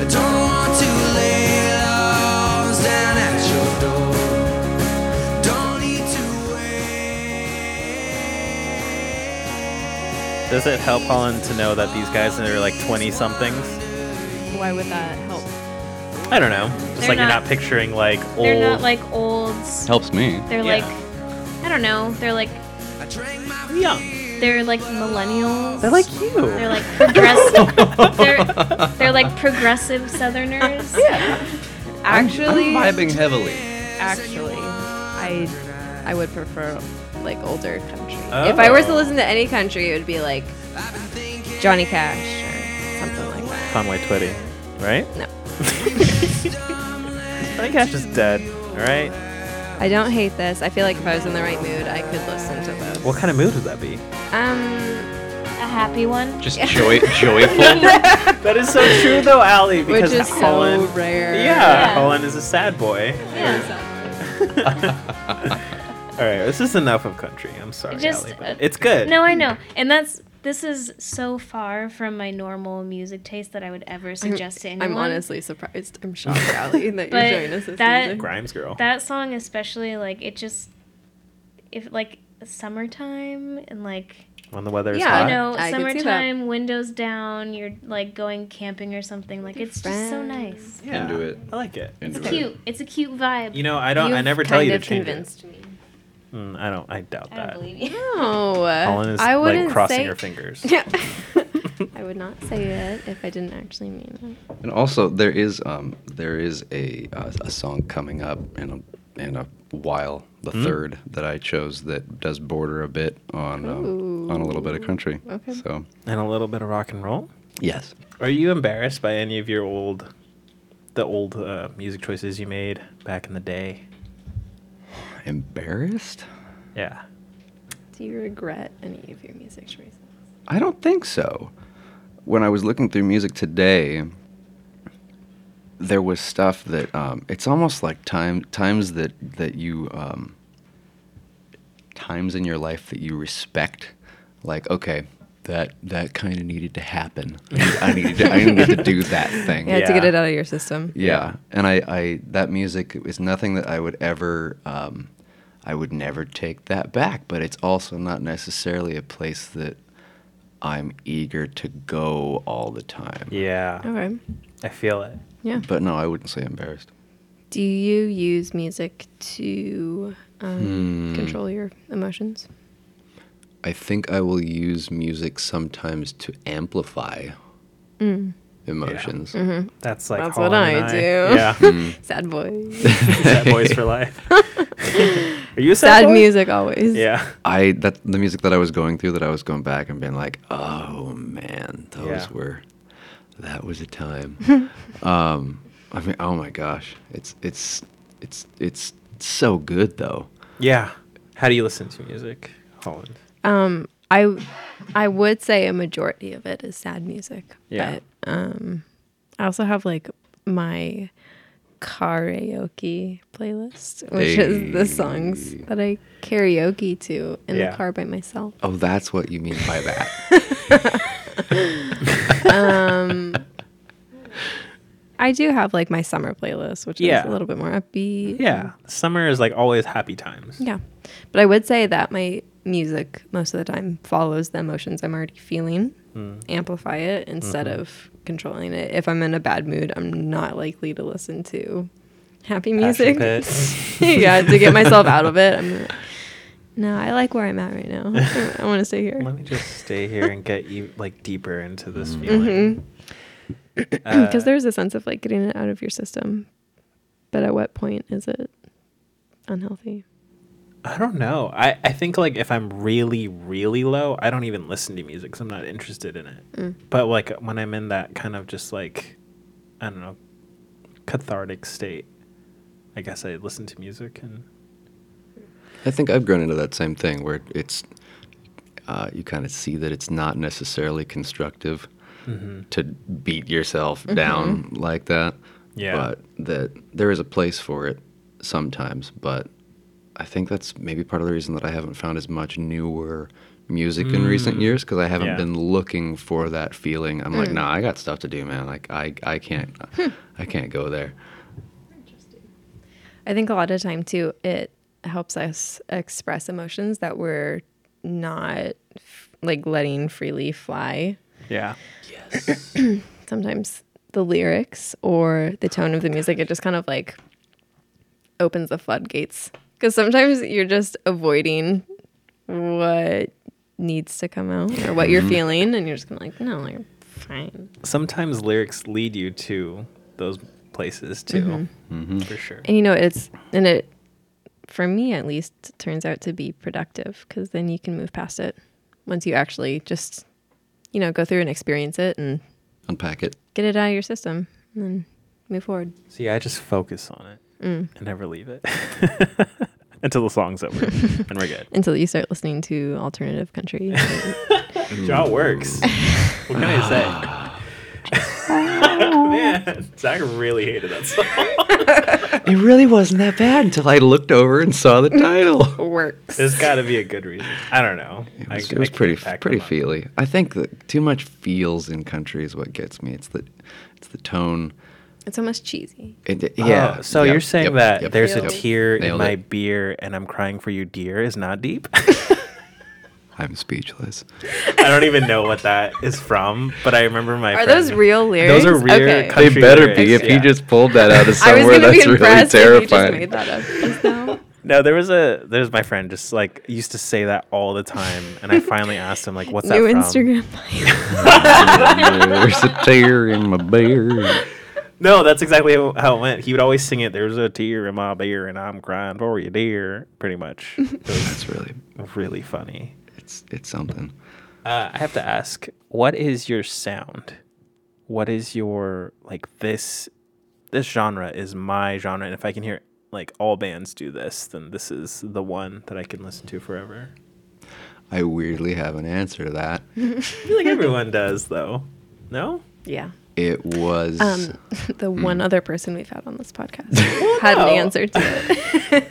F: I don't want to lay laws down at your door. Don't need to wait.
A: Does it help Holland to know that these guys are like 20 somethings?
B: Why would that help?
A: I don't know. Just
D: They're
A: like you're
D: not-
A: not picturing like old.
D: They're not like olds.
C: Helps me.
D: They're
A: Yeah.
D: like, I don't know. They're like,
F: I drank my
A: young.
D: they're like millennials.
A: They're like you.
D: They're like progressive. they're, they're like progressive Southerners.
B: Actually,
C: Vibing heavily.
B: actually, I I would prefer like older country. If I were to
A: Oh.
B: listen to any country, it would be like Johnny Cash or something like that.
A: Conway Twitty, right?
B: No.
A: Johnny Cash is dead. All right.
B: I don't hate this. I feel like if I was in the right mood, I could listen to those.
A: What kind of mood would that be?
B: Um,
D: A happy one.
C: Just joy, joyful.
A: That is so true though, Allie.
B: which
A: Because
B: is
A: Holland.
B: so rare.
A: yeah, Holland is a sad boy. All right, this is enough of country. I'm sorry,
D: Just,
A: Allie, but
D: uh,
A: it's good.
D: No, I know, and that's this is so far from my normal music taste that I would ever suggest to anyone.
B: I'm honestly surprised. I'm shocked, Allie, that
D: But
B: you're showing us this
D: that-
B: music.
A: Grimes girl.
D: that song especially like it just if like summertime and like
A: when the weather is
B: Yeah,
A: hot.
D: you know
B: I could see that.
D: summertime windows down you're like going camping or something like it's just so nice
A: Yeah,
C: Into it.
A: I like it.
C: Into it.
D: cute it's a cute vibe
A: You know, I don't. I
B: You've
A: never tell
B: kind
A: you to
B: of
A: change it.
B: convinced me.
A: Mm, I don't. I doubt
D: i don't
A: that.
D: believe you
B: No,
A: Holland is
B: I wouldn't
A: like crossing
B: say.
A: her fingers.
B: Yeah. I would not say it if I didn't actually mean it.
C: And also, there is um, there is a uh, a song coming up in a in a while, the third that I chose that does border a bit on um, on a little bit of country.
B: okay.
C: So
A: and a little bit of rock and roll.
C: yes,
A: Are you embarrassed by any of your old, the old uh, music choices you made back in the day?
C: embarrassed?
A: Yeah.
B: Do you regret any of your music choices?
C: I don't think so. When I was looking through music today, there was stuff that um, it's almost like time times that that you um, times in your life that you respect. Like okay, that that kind of needed to happen. I needed to, I needed to do that thing.
B: Yeah, to
A: Yeah.
B: get it out of your system.
C: Yeah, and I, I that music is nothing that I would ever, um, I would never take that back. But it's also not necessarily a place that I'm eager to go all the time.
A: Yeah.
B: Okay.
A: I feel it.
B: Yeah.
C: But no, I wouldn't say embarrassed.
B: Do you use music to um,
A: Hmm.
B: control your emotions.
C: I think I will use music sometimes to amplify emotions.
A: That's like
B: That's
A: Hall
B: what
A: and
B: I
A: I
B: do.
A: Yeah,
B: Sad boy.
A: sad boys for life. Are you a sad,
B: Sad
A: boy?
B: music always.
A: Yeah,
C: I that the music that I was going through that I was going back and being like, oh man, those
A: Yeah.
C: were that was a time. um, I mean, oh my gosh, it's it's it's it's so good though.
A: yeah. How do you listen to music, Holland?
B: I I would say a majority of it is sad music.
A: Yeah.
B: But um I also have like my karaoke playlist, which is the songs that I karaoke to in
A: Yeah.
B: the car by myself.
C: Oh, that's what you mean by that.
B: I do have like my summer playlist, which
A: Yeah.
B: is a little bit more upbeat.
A: Yeah, summer is like always happy times.
B: Yeah. But I would say that my music most of the time follows the emotions I'm already feeling,
A: Hmm.
B: amplify it instead
A: Mm-hmm.
B: of controlling it. If I'm in a bad mood, I'm not likely to listen to happy
A: Passion
B: music.
A: pit.
B: yeah, to get myself out of it. I'm like, no, I like where I'm at right now. I want to stay here.
A: Let me just stay here and get you like deeper into this feeling.
B: Because there's a sense of like getting it out of your system. But at what point is it unhealthy?
A: I don't know. I, I think like if I'm really really low, I don't even listen to music 'cause I'm not interested in it. But like when I'm in that kind of just like I don't know cathartic state, I guess I listen to music and
C: I think I've grown into that same thing where it's uh, you kind of see that it's not necessarily constructive
A: Mm-hmm.
C: to beat yourself down like that.
A: Yeah.
C: But that there is a place for it sometimes. But I think that's maybe part of the reason that I haven't found as much newer music in recent years because I
A: Mm.
C: haven't
A: Yeah. Mm.
C: been looking for that feeling. I'm like, nah, I got stuff to do, man. Like I, I can't,
A: Hmm.
C: I can't go there.
B: I think a lot of time too, it helps us express emotions that we're not f- like letting freely fly.
A: yeah.
B: Sometimes the lyrics or the tone of the music, it just kind of like opens the floodgates. Because sometimes you're just avoiding what needs to come out or what you're feeling, and you're just kind of like, no, you're fine.
A: Sometimes lyrics lead you to those places too. For sure.
B: And you know, it's and it for me at least turns out to be productive because then you can move past it once you actually just you know go through and experience it and
C: Unpack it.
B: get it out of your system and then move forward.
A: See, I just focus on it and never leave it until the song's over and we're good.
B: Until you start listening to alternative country.
A: Jaw works. What can I say? Man, Zach really hated that song.
C: It really wasn't that bad until I looked over and saw the title.
B: Works.
A: There's got to be a good reason. I don't know.
C: It was, it was pretty pretty feely. I think that too much feels in country is what gets me. It's the it's the tone.
B: It's almost cheesy.
C: It, it-
A: Yeah.
C: yeah.
A: Oh, so
C: Yep,
A: you're saying
C: yep,
A: that
C: yep.
A: there's a
B: Nailed it.
A: tear in
C: Nailed
A: my
C: it.
A: beer and I'm crying for you, dear, is not deep.
C: I'm speechless.
A: I don't even know what that is from, but I remember my.
B: Are
A: friend-
B: those real lyrics?
A: Those are real.
B: Okay.
A: Country
C: they better be.
A: lyrics,
C: If you
A: yeah.
C: just pulled that out of
B: I was
C: somewhere,
B: gonna
C: that's
B: be
C: really
B: impressed if you just
C: terrifying.
B: made that up just now.
A: No, there was a there's my friend just like used to say that all the time, and I finally asked him like, "What's
B: New
A: that from?"
B: Instagram.
C: There's a tear in my beer.
A: No, that's exactly how how it went. He would always sing it. There's a tear in my beer, and I'm crying for you, dear. Pretty much, it was
C: That's really
A: really funny.
C: it's it's something.
A: Uh, I have to ask, what is your sound? What is your like this? This genre is my genre, and if I can hear like all bands do this, then this is the one that I can listen to forever.
C: I weirdly have an answer to that.
A: I feel like everyone does, though. No,
B: yeah.
C: It was
B: Um, the one other person we've had on this podcast had
A: no.
B: an answer to it.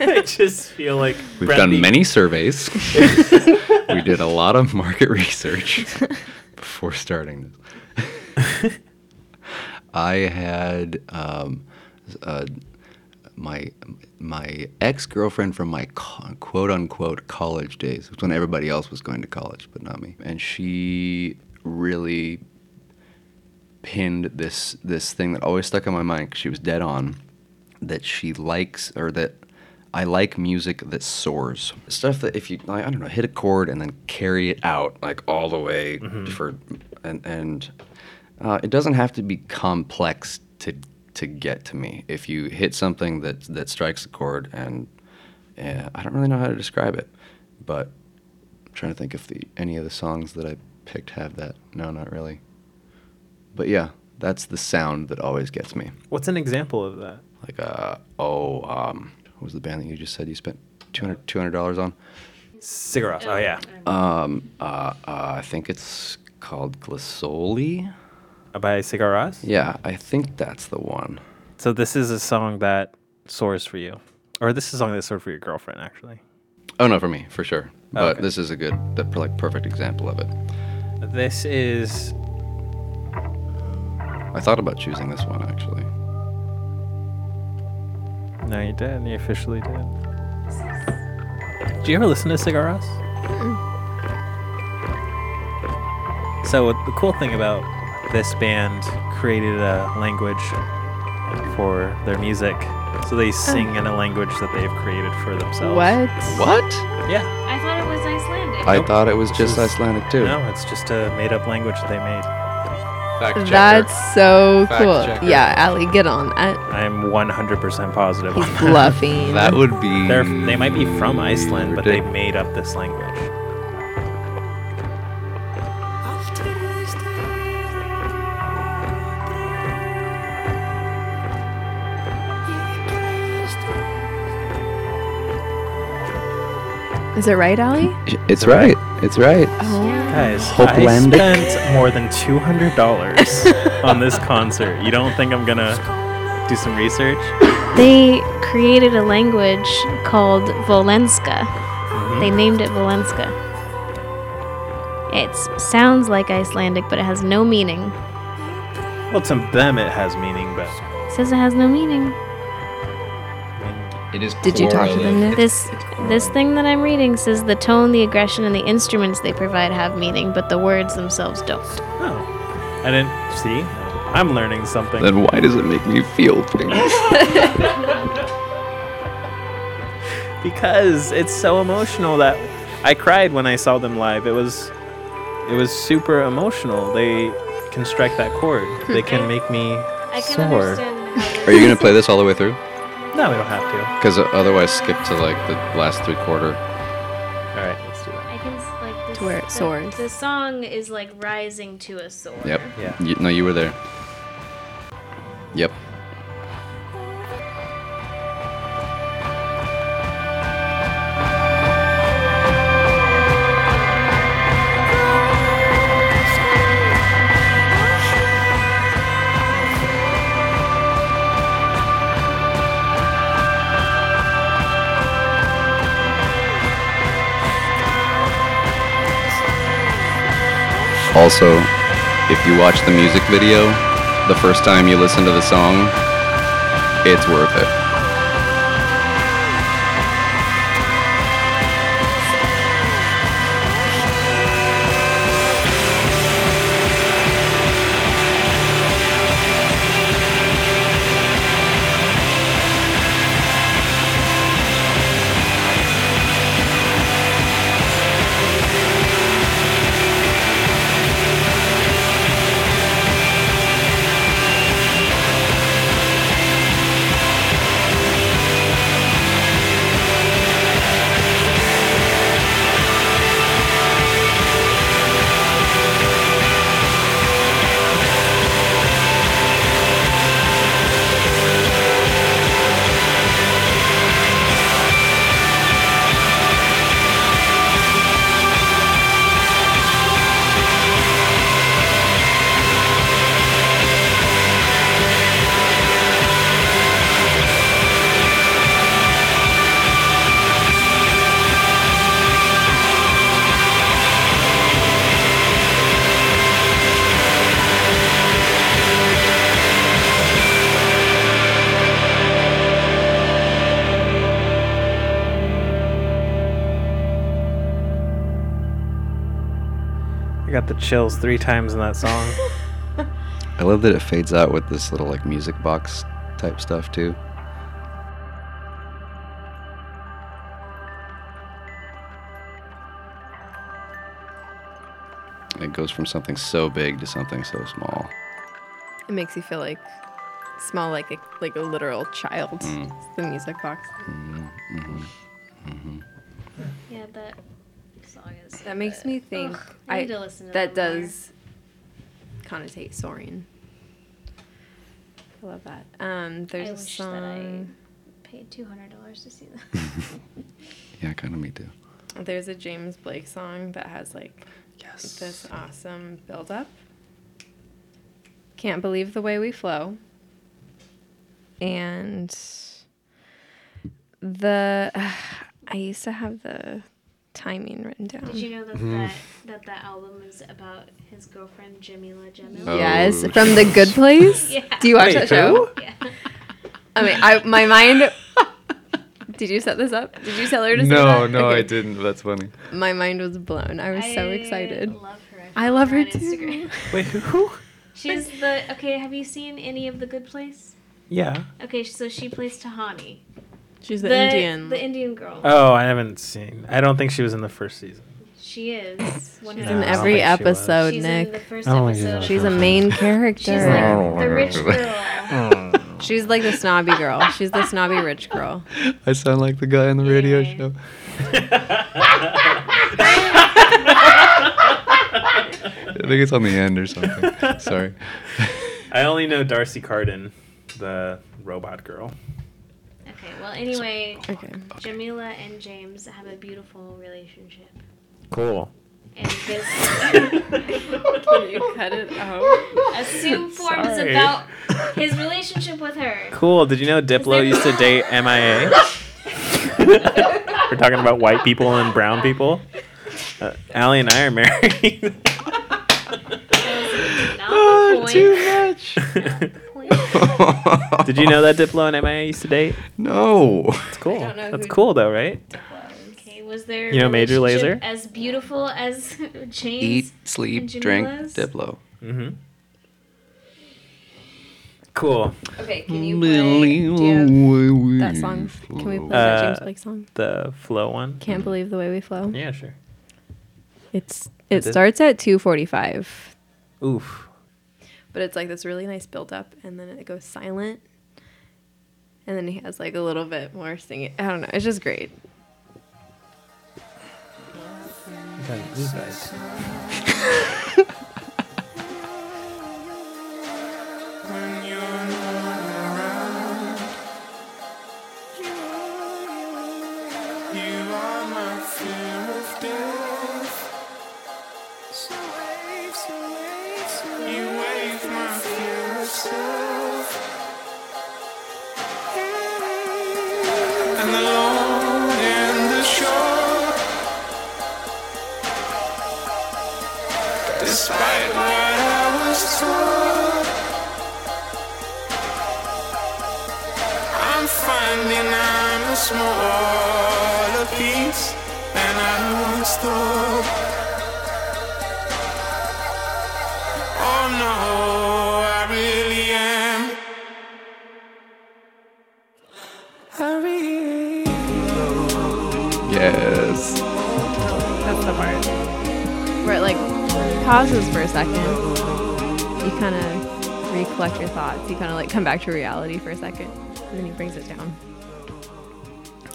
A: I just feel like
C: We've
A: Brett
C: done
A: Beaton-
C: many surveys. we did a lot of market research before starting this. I had um, uh, my my ex girlfriend from my co- quote unquote college days. It was when everybody else was going to college, but not me. And she really pinned this this thing that always stuck in my mind. 'cause she was dead on that she likes or that I like music that soars. Stuff that if you like, I don't know, hit a chord and then carry it out like all the way for and and uh, it doesn't have to be complex to to get to me. If you hit something that that strikes a chord and uh, I don't really know how to describe it, but I'm trying to think if the any of the songs that I picked have that. No, not really. But yeah, that's the sound that always gets me
A: What's an example of that?
C: like uh oh um what was the band that you just said you spent 200 dollars on
A: Cigarettes. Oh yeah,
C: uh, uh i think it's called glisoli
A: by Cigaras.
C: yeah i think that's the one
A: So this is a song that soars for you, or this is a song that soared for your girlfriend actually.
C: oh no for me for sure but
A: Oh, Okay.
C: this is a good the per- like perfect example of it
A: This is
C: i thought about choosing this one actually
A: no, you did. You officially did. Do you ever listen to Cigaras? So the cool thing about this band created a language for their music. So they sing in a language that they've created for themselves.
B: What?
C: what
A: Yeah.
D: I thought it was Icelandic.
C: i
A: Nope.
C: thought it was just
A: is-
C: icelandic too
A: No, it's just a made up language that they made.
C: Fact checker.
B: That's so
C: Fact
B: cool.
C: checker.
B: Yeah, Allie, get on that.
A: I'm 100% positive
B: He's
A: on that.
B: bluffing.
C: that would be
A: They're, they might be from Iceland, but they
C: Ridic-
A: made up this language.
B: Is it right, Allie?
C: it's right it's right
B: Oh.
A: Guys, I
C: Hoplandic.
A: spent more than $200 on this concert. You don't think I'm gonna do some research?
D: They created a language called Volenska.
A: Mm-hmm.
D: They named it Volenska. It sounds like Icelandic, but it has no meaning.
A: Well, to them it has meaning, but
D: It says it has no meaning.
C: it is
B: Did you talk to them
C: correlated.
B: Nick?
D: This this thing that I'm reading says the tone, the aggression, and the instruments they provide have meaning, but the words themselves don't.
A: oh, I didn't see. I'm learning something.
C: then why does it make me feel things
A: because it's so emotional that I cried when I saw them live. It was it was super emotional. They can strike that chord. They can make me soar.
D: understand.
C: are you gonna play this all the way through
A: No, we don't have to.
C: Because otherwise, skip to like the last three quarter.
A: All right, let's do that.
D: I can s- like this,
B: To where it
D: the-
B: soars.
D: The, song is like rising to a soar.
C: Yep.
A: Yeah.
C: Y- no, you were there. Yep. Also, if you watch the music video, the first time you listen to the song, it's worth it.
A: I got the chills three times in that song.
C: I love that it fades out with this little like music box type stuff too. It goes from something so big to something so small.
B: It makes you feel like small, like a, like a literal child.
C: Hmm.
B: It's the music box.
C: Mm-hmm.
D: Yeah, that song is.
B: That makes me think.
D: Ugh, I need to listen to
B: that
D: that more.
B: does connotate soaring. I love that. Um, there's
D: I
B: a
D: wish
B: song.
D: that I paid two hundred dollars to see that.
C: Yeah, kind of me too.
B: There's a James Blake song that has like
C: Yes.
B: this awesome build up. Can't believe the way we flow. And the I used to have the timing written down.
D: Did you know that
B: Mm-hmm.
D: that, that that album is about his girlfriend Jamila Jamila?
C: Oh.
B: Yes, from the Good Place.
D: Yeah.
B: Do you watch
A: Wait,
B: that show?
D: Yeah.
B: I mean, I my mind. Did you set this up? Did you tell her to? say
C: No,
B: that?
C: no,
B: Okay.
C: I didn't. That's funny.
B: My mind was blown. I was so
D: I
B: excited.
D: Love her.
B: I love
D: follow
B: her
D: on
B: too.
D: Instagram.
A: Wait, who?
D: She's the okay. Have you seen any of the Good Place?
A: Yeah.
D: Okay, so she plays Tahani,
B: She's the, Indian.
D: the Indian girl.
B: Uh,
A: Oh, I haven't seen. I don't think she was in the first season.
D: she is. One
B: She's
A: No,
B: in
A: I don't
B: every
A: think she was.
B: episode,
D: She's
B: Nick.
D: in the first
A: I don't think she's
D: episode.
A: in
B: She's a main character.
D: She's
A: Oh.
D: like the rich girl.
B: She's like the snobby girl. She's the snobby rich girl.
C: I sound like the guy on the radio
D: Yeah.
C: show. I think it's on the end or something. Sorry.
A: I only know Darcy Carden, the robot girl.
D: okay. Well, anyway,
B: Okay.
D: Jamila and James have a beautiful relationship,
A: Cool.
D: and this
B: you cut it Oh. out?
D: a soon form is
A: Sorry.
D: about his relationship with her.
A: Cool. Did you know Diplo used to date MIA? We're talking about white people and brown people. Uh, Allie and I are married.
D: Not
A: Ah,
D: the point.
C: much.
A: Did you know that Diplo and MIA used to date?
C: No.
A: It's cool.
B: don't know
A: That's
B: who-
A: cool though, right?
D: Okay, was there
A: You know Major
D: relationship
A: Lazer?
D: as beautiful as James?
C: Eat, sleep,
D: and
C: drink,
D: Jamila's?
C: Diplo.
A: Mm-hmm. Cool.
B: Okay, can you play do you have that song? Can we play that James
A: Uh,
B: Blake song?
A: The flow one.
B: Can't believe the way we flow.
A: Mm-hmm. Yeah, sure.
B: It's it
A: Did-
B: starts at 2:45,
A: Oof.
B: but it's like this really nice build up and then it goes silent. And then he has like a little bit more singing. I don't know. It's just great.
F: And the long and the short. Despite what I was told, I'm finding I'm a smaller piece than I once thought. Oh no, I really am. I really
C: Yes.
B: That's the part where it like pauses for a second. You kind of recollect your thoughts. You kind of like come back to reality for a second, and then he brings it down.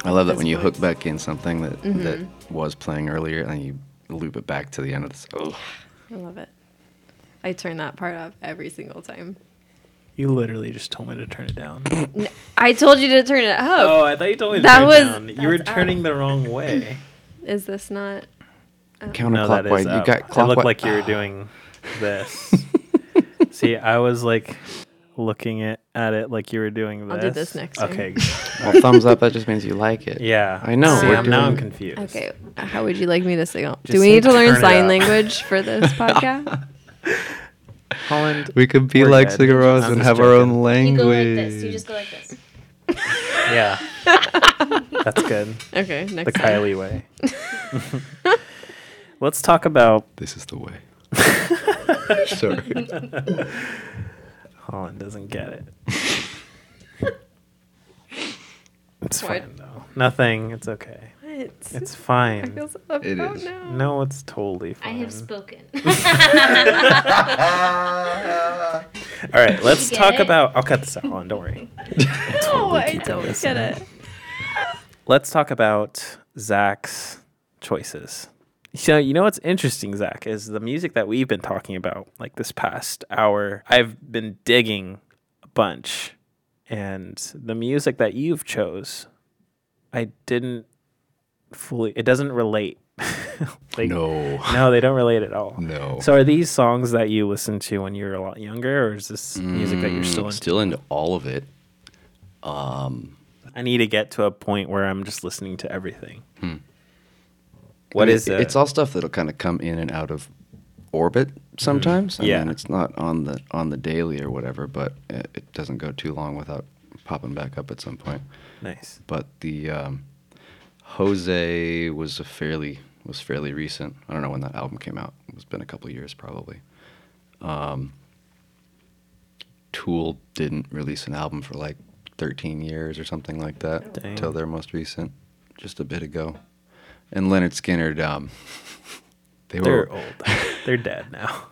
C: I love that
B: That's Mm-hmm.
C: when you
B: nice.
C: hook back in something that that was playing earlier and you loop it back to the end of this. Oh,
B: I love it. I turn that part up every single time.
A: You literally just told me to turn it down.
B: I told you to turn it up.
A: Oh, I thought you told me to
B: That
A: turn it
B: was-
A: down. You were
B: that's out.
A: turning the wrong way.
B: Is this not?
A: No, that
C: counterclockwise.
A: is
C: You
A: up.
C: got
A: It
C: clockwise.
A: looked like you were doing this. See, I was like looking at, at it like you were doing this.
B: I'll do this next time.
A: Okay.
C: well, thumbs up. That just means you like it.
A: Yeah.
C: I know,
A: See,
C: we're
A: I'm, now I'm
C: doing-
A: confused.
B: Okay. How would you like me to signal?
A: Just
B: Do we
A: say
B: need to learn
A: turn it
B: sign
A: up.
B: language for this podcast?
A: Holland.
C: We could be
A: We're
C: like
A: good. I'm
C: cigaros and
A: just
C: have our
A: joking.
C: own
D: You
C: language.
D: go like this. You just go like this.
A: Yeah. That's good.
B: okay.
A: The
B: Next. time.
A: Kylie way. Let's talk about
C: This is the way. Sorry.
A: Holland doesn't get it. it's
B: What?
A: fine though. Nothing. It's okay.
B: What? what?
A: It's fine.
B: I feel so, oh,
C: It is.
B: no.
A: no, it's totally
D: I
A: fine.
D: have spoken.
A: All right, let's
D: get
A: talk
D: it?
A: about. I'll cut this out. Hold on, don't worry.
B: No, I don't get it.
A: Let's talk about Zach's choices. So you know what's interesting, Zach, is the music that we've been talking about like this past hour. I've been digging a bunch, and the music that you've chose, I didn't fully. It doesn't relate. like,
C: No.
A: No, they don't relate at all.
C: No.
A: So are these songs that you listened to when you were a lot younger, or is this music that you're still
C: I'm
A: into?
C: Mm, still into all of it.
A: I need to get to a point where I'm just listening to everything.
C: Hmm.
A: What is uh, it?
C: It's all stuff that'll kind of come in and out of orbit sometimes. I
A: Mm-hmm. Yeah.
C: mean, it's not on the on the daily or whatever, but it, it doesn't go too long without popping back up at some point.
A: nice.
C: But the um, Jose was a fairly was fairly recent. I don't know when that album came out. It's been a couple years probably. Um, Tool didn't release an album for like 13 years or something like that
A: Oh. Dang.
C: until their most recent, just a bit ago. And Leonard Skinner, um, they were
A: They're old. They're dead now.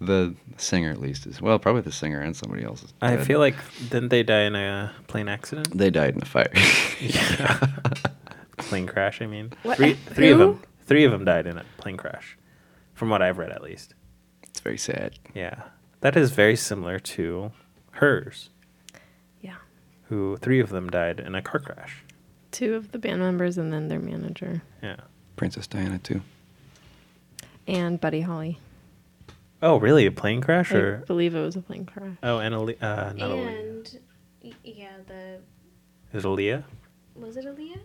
C: the singer at least is well probably the singer and somebody else. Is
A: I
C: dead.
A: feel like didn't they die in a plane accident?
C: they died in a fire.
A: Plane crash, I mean.
B: What?
A: Three, three of
B: Who?
A: them. Three of them died in a plane crash, from what I've read at least.
C: it's very sad.
A: Yeah, that is very similar to hers,
B: Yeah.
A: who three of them died in a car crash.
B: Two of the band members and then their manager
A: Yeah.
C: Princess Diana too.
B: and Buddy Holly.
A: Oh, really? A plane crash or?
B: I believe it was a plane crash.
A: Oh, and Ale- uh, not Aaliyah.
D: and y- yeah, the
A: Is it Aaliyah?
D: was it Aaliyah?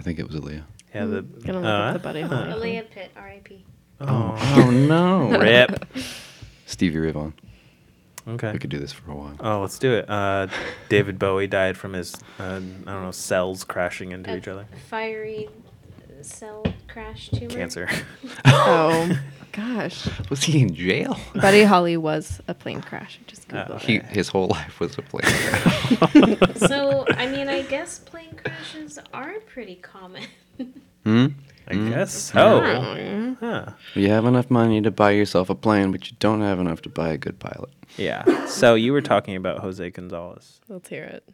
C: I think it was Aaliyah.
A: Yeah, the.
B: Mm. Gonna look
A: uh,
B: up the Buddy Holly. thing.
D: Aaliyah Pitt, R.I.P.
A: Oh,
C: Oh no.
A: rip.
C: Stevie Ray Vaughan.
A: Okay.
C: We could do this for a while.
A: Oh, let's do it. Uh, David Bowie died from his, uh, I don't know, cells crashing into each other.
D: Fiery cell crash tumor.
A: Cancer.
B: Oh gosh,
C: Was he in jail?
B: Buddy Holly was a plane crash. I just googled
C: He,
B: it.
C: his whole life was a plane.
D: So I mean, I guess plane crashes are pretty common.
A: I guess so.
B: Oh,
A: Huh.
C: you have enough money to buy yourself a plane, but you don't have enough to buy a good pilot.
A: Yeah. So you were talking about Jose Gonzalez,
B: let's hear it.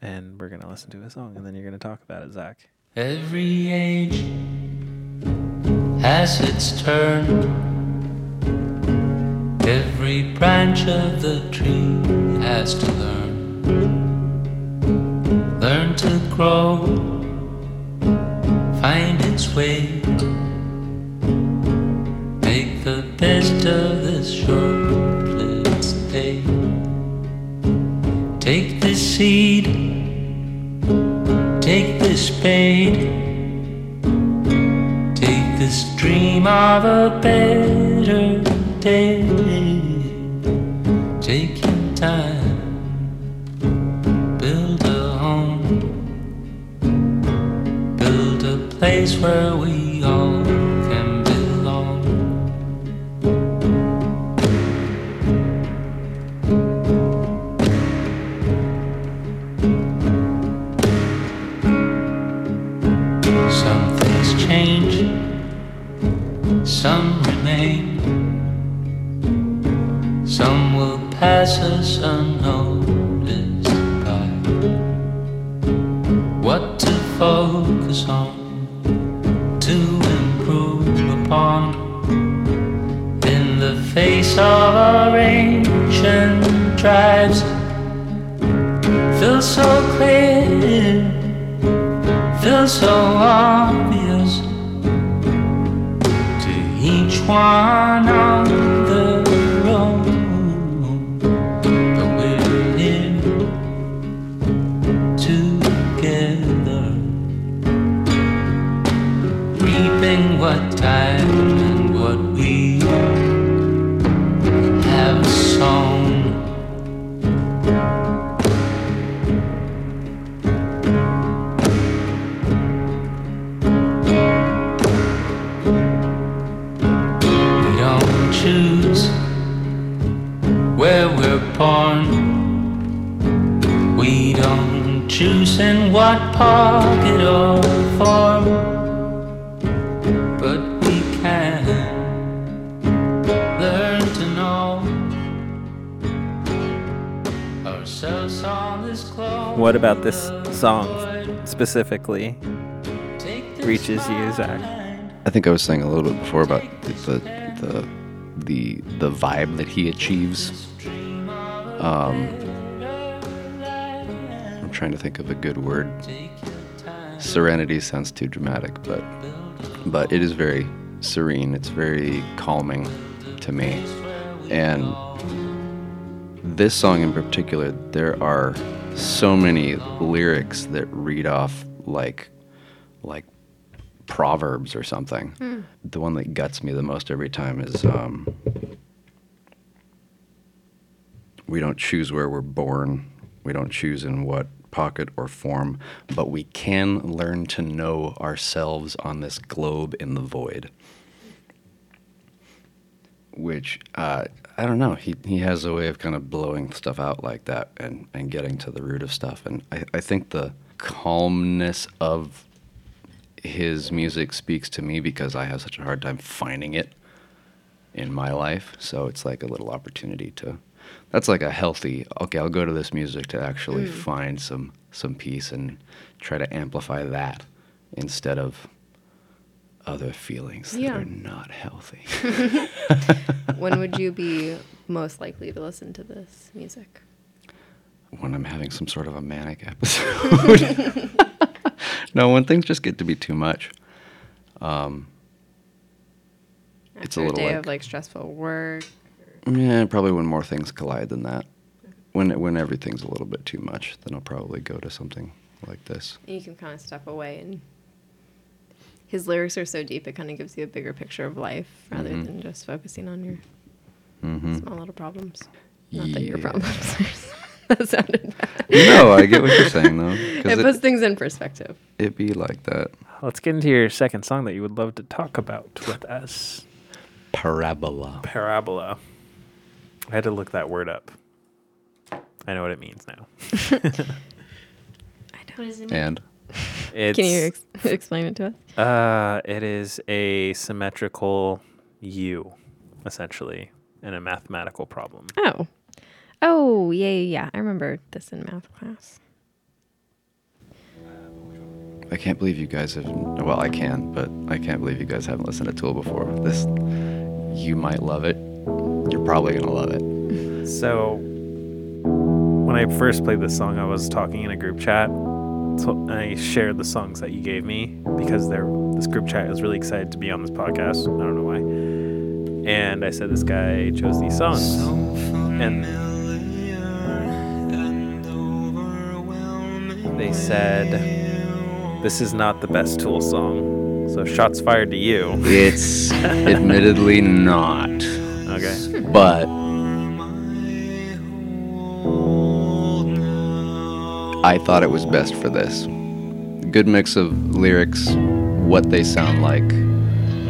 A: and we're going to listen to his song, and then you're going to talk about it, Zach.
G: Every age has its turn. Every branch of the tree has to learn. Learn to grow, find its way. Make the best of this short lived day. Take this seed. Take this spade. Take this dream of a better day. Take your time. Build a home. Build a place where we all can belong. Some things change, some remain. Some will pass us unnoticed by. What to focus on, to improve upon. In the face of our ancient tribes, feels so clear feels so obvious to each one on the road. But we're here together, reaping what time and what we have sown. We don't choose where we're born. We don't choose in what pocket or form.
A: What about this song specifically reaches you, Zach?
C: I think I was saying a little bit before about the the the the, the vibe that he achieves. Um, I'm trying to think of a good word. Serenity sounds too dramatic, but but it is very serene. It's very calming to me, and this song in particular, there are so many lyrics that read off like like proverbs or something. The one that guts me the most every time is um, we don't choose where we're born, we don't choose in what pocket or form, but we can learn to know ourselves on this globe in the void. Which uh, I don't know. He he has a way of kind of blowing stuff out like that and, and getting to the root of stuff. And I, I think the calmness of his music speaks to me because I have such a hard time finding it in my life. So it's like a little opportunity to. That's like a healthy. Okay, I'll go to this music to actually find some some peace and try to amplify that instead of other feelings
B: Yeah.
C: that are not healthy.
B: when would you be most likely to listen to this music?
C: when I'm having some sort of a manic episode. no, when things just get to be too much.
B: After
C: It's a
B: day
C: little
B: of like stressful work.
C: Yeah, probably when more things collide than that. When when everything's a little bit too much, then I'll probably go to something like this.
B: You can kind of step away and his lyrics are so deep it kind of gives you a bigger picture of life rather
C: Mm-hmm.
B: than just focusing on your small little problems. Not that your
C: Yeah.
B: problems are that sounded bad.
C: No, I get what you're saying though,
B: It
C: because
B: puts
C: it,
B: things in perspective.
C: it be like that.
A: Let's get into your second song that you would love to talk about with us.
C: Parabola.
A: Parabola. I had to look that word up. I know what it means now.
D: What does it mean?
C: And
A: It's,
B: Can you ex- explain it to us?
A: Uh, it is a symmetrical U, essentially, in a mathematical problem.
B: Oh. Oh, yeah, yeah, yeah. I remember this in math class.
C: I can't believe you guys have. Well, I can, but I can't believe you guys haven't listened to Tool before. This, you might love it. You're probably gonna love it.
A: So, when I first played this song, I was talking in a group chat. So I shared the songs that you gave me because they're, this group chat is really excited to be on this podcast. I don't know why. And I said this guy chose these songs. And they said, This is not the best Tool song. So, shots fired to you.
C: It's admittedly not.
A: Okay.
C: but I thought it was best for this. Good mix of lyrics, what they sound like,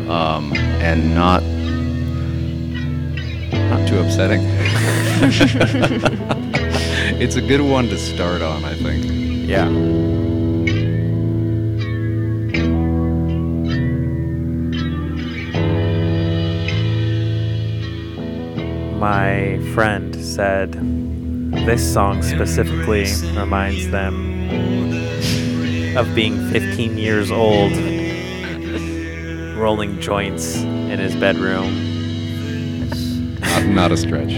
C: um, and not not too upsetting. it's a good one to start on, I think.
A: Yeah. My friend said this song specifically reminds them of being 15 years old, rolling joints in his bedroom.
C: Not, not a stretch.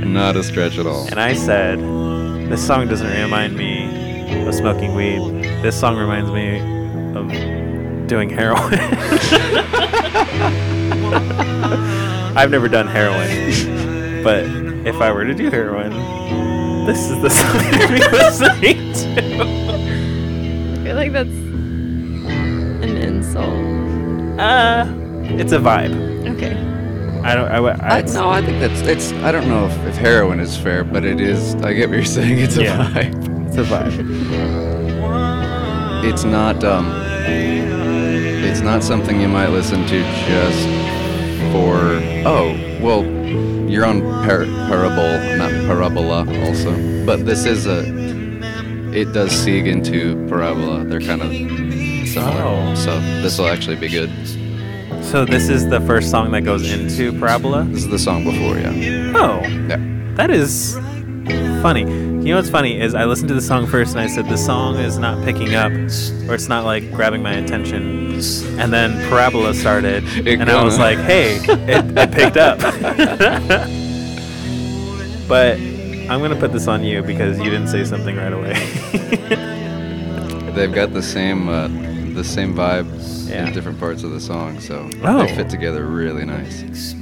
C: not a stretch at all.
A: And I said, This song doesn't remind me of smoking weed. This song reminds me of doing heroin. I've never done heroin, but if I were to do heroin, this is the song I'd be listening to.
B: I feel like that's an insult.
A: Uh, it's a vibe.
B: Okay.
A: I don't. I, I,
C: I, no, I think that's it's. I don't know if, if heroin is fair, but it is. I get what you're saying. It's a
A: Yeah.
C: vibe.
A: it's a vibe.
C: it's not um it's not something you might listen to just for oh well you're on par- parable not parabola also but this is a it does seeg into parabola they're kind of similar
A: Oh.
C: so this will actually be good
A: So this is the first song that goes into Parabola.
C: this is the song before yeah
A: Oh,
C: yeah
A: That is funny. You You know what's funny is I listened to the song first and I said the song is not picking up or it's not like grabbing my attention. And then Parabola started
C: It
A: and I was
C: gonna.
A: like, hey, it, it picked up. but I'm gonna put this on you because you didn't say something right away.
C: They've got the same uh, the same vibe
A: Yeah.
C: in different parts of the song, so
A: Oh.
C: they fit together really nice.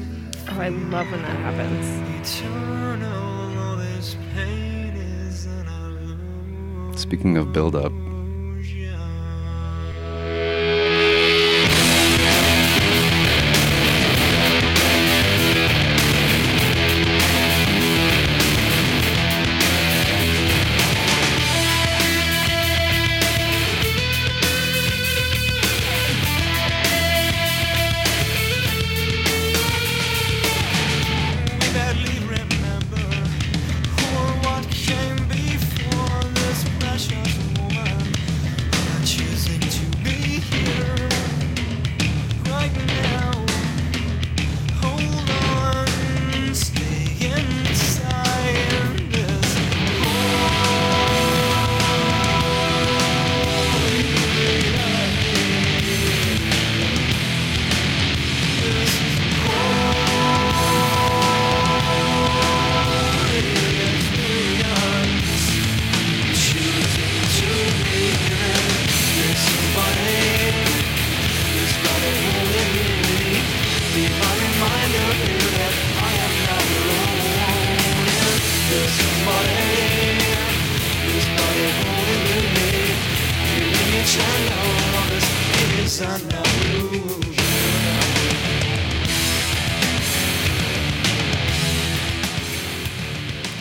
B: Oh, I love when that happens.
C: Speaking of build up,
F: Badly remember who or what came before this precious woman choosing to be here right now. Hold on, stay inside this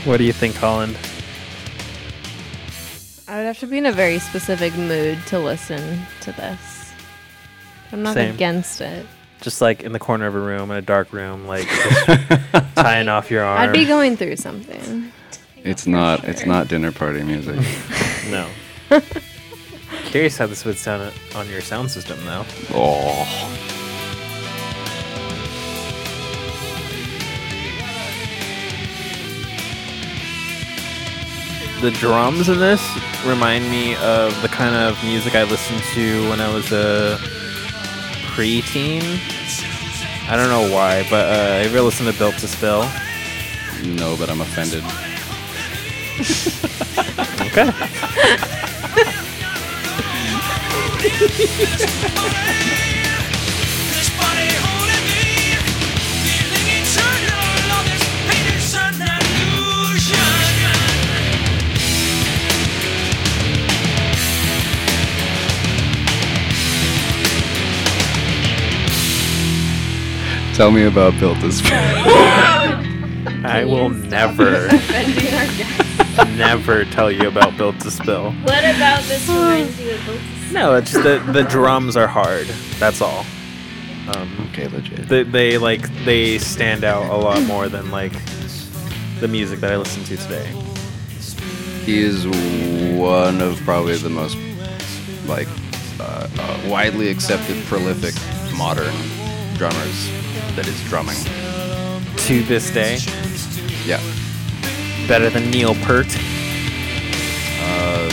A: what do you think, Holland?
B: I would have to be in a very specific mood to listen to this. I'm not
A: Same.
B: against it.
A: Just like in the corner of a room, in a dark room, like just tying off your arm.
B: I'd be going through something.
C: it's not it's not dinner party music.
A: No. Curious how this would sound on your sound system, though.
C: oh,
A: The drums in this remind me of the kind of music I listened to when I was a preteen. I don't know why, but uh, I ever listened to Built to Spill.
C: no, but I'm offended.
A: Okay.
F: This body holding me, feeling eternal. All this pain is an illusion.
C: Tell me about built this.
A: I will never, never tell you about Built to Spill.
D: What about this reminds you of
A: No, it's just that the drums are hard. That's all. Um,
C: okay, legit.
A: they, they like they stand out a lot more than like the music that I listen to today.
C: He is one of probably the most like uh, uh, widely accepted, prolific modern drummers that is drumming.
A: To this day,
C: Yeah,
A: better than Neil Peart.
C: uh,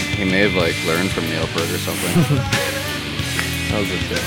C: he may have like learned from Neil Peart or something. that was a joke.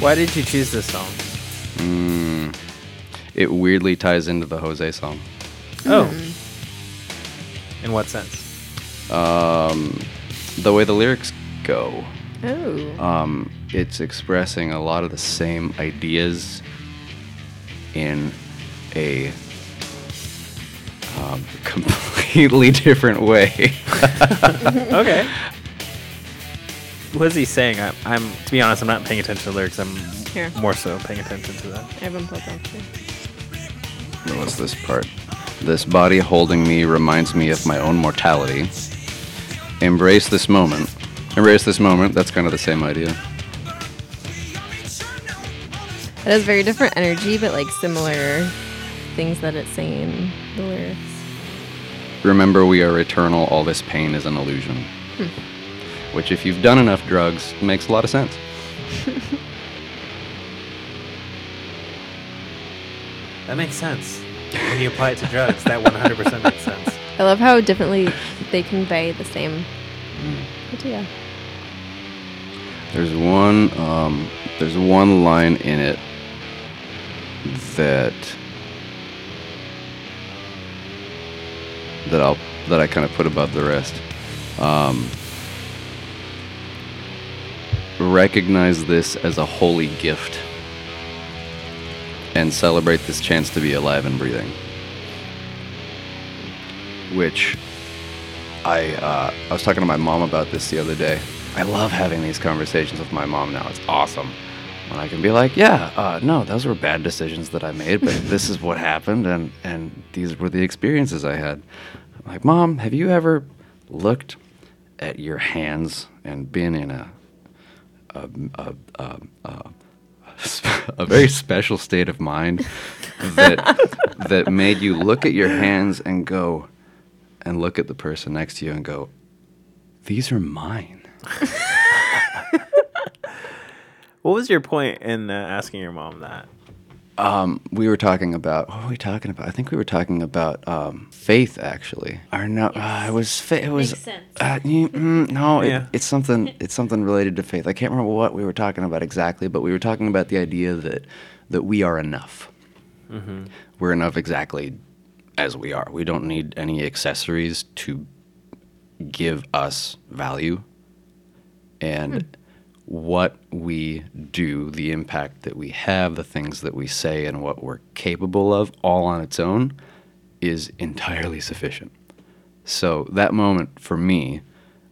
A: Why did you choose this song?
C: It weirdly ties into the Jose song.
A: Oh, in what sense?
C: The way the lyrics go,
B: Oh.
C: um, it's expressing a lot of the same ideas in a um, completely different way.
A: Okay. What is he saying? I, I'm to be honest, I'm not paying attention to the lyrics. I'm
B: Here.
A: more so paying attention to that.
B: I haven't played that.
C: What's this part? This body holding me reminds me of my own mortality. Embrace this moment. Embrace this moment. That's kind of the same idea.
B: It has very different energy, but like similar things that it's saying. The lyrics.
C: Remember, we are eternal. All this pain is an illusion. Which, if you've done enough drugs, makes a lot of sense.
A: That makes sense. When you apply it to drugs, that 100% makes sense.
B: I love how differently they convey the same
C: Mm.
B: idea.
C: There's one. Um, there's one line in it that that I'll that I kind of put above the rest. Um, recognize this as a holy gift and celebrate this chance to be alive and breathing. Which I uh, I was talking to my mom about this the other day. I love having these conversations with my mom now. It's awesome when I can be like, yeah, uh, no, those were bad decisions that I made, but this is what happened, and and these were the experiences I had. I'm like, mom, have you ever looked at your hands and been in a a very special state of mind that that made you look at your hands and go and look at the person next to you and go these are mine
A: What was your point in uh, asking your mom that?
C: we were talking about what were we talking about i think we were talking about um, faith actually or no uh, it was fa- it was
D: Makes sense.
C: uh, you- mm, no it-
A: Yeah.
C: it's something it's something related to faith i can't remember what we were talking about exactly but we were talking about the idea that that we are enough we're enough exactly as we are we don't need any accessories to give us value and what we do, the impact that we have, the things that we say, and what we're capable of all on its own is entirely sufficient. So that moment for me,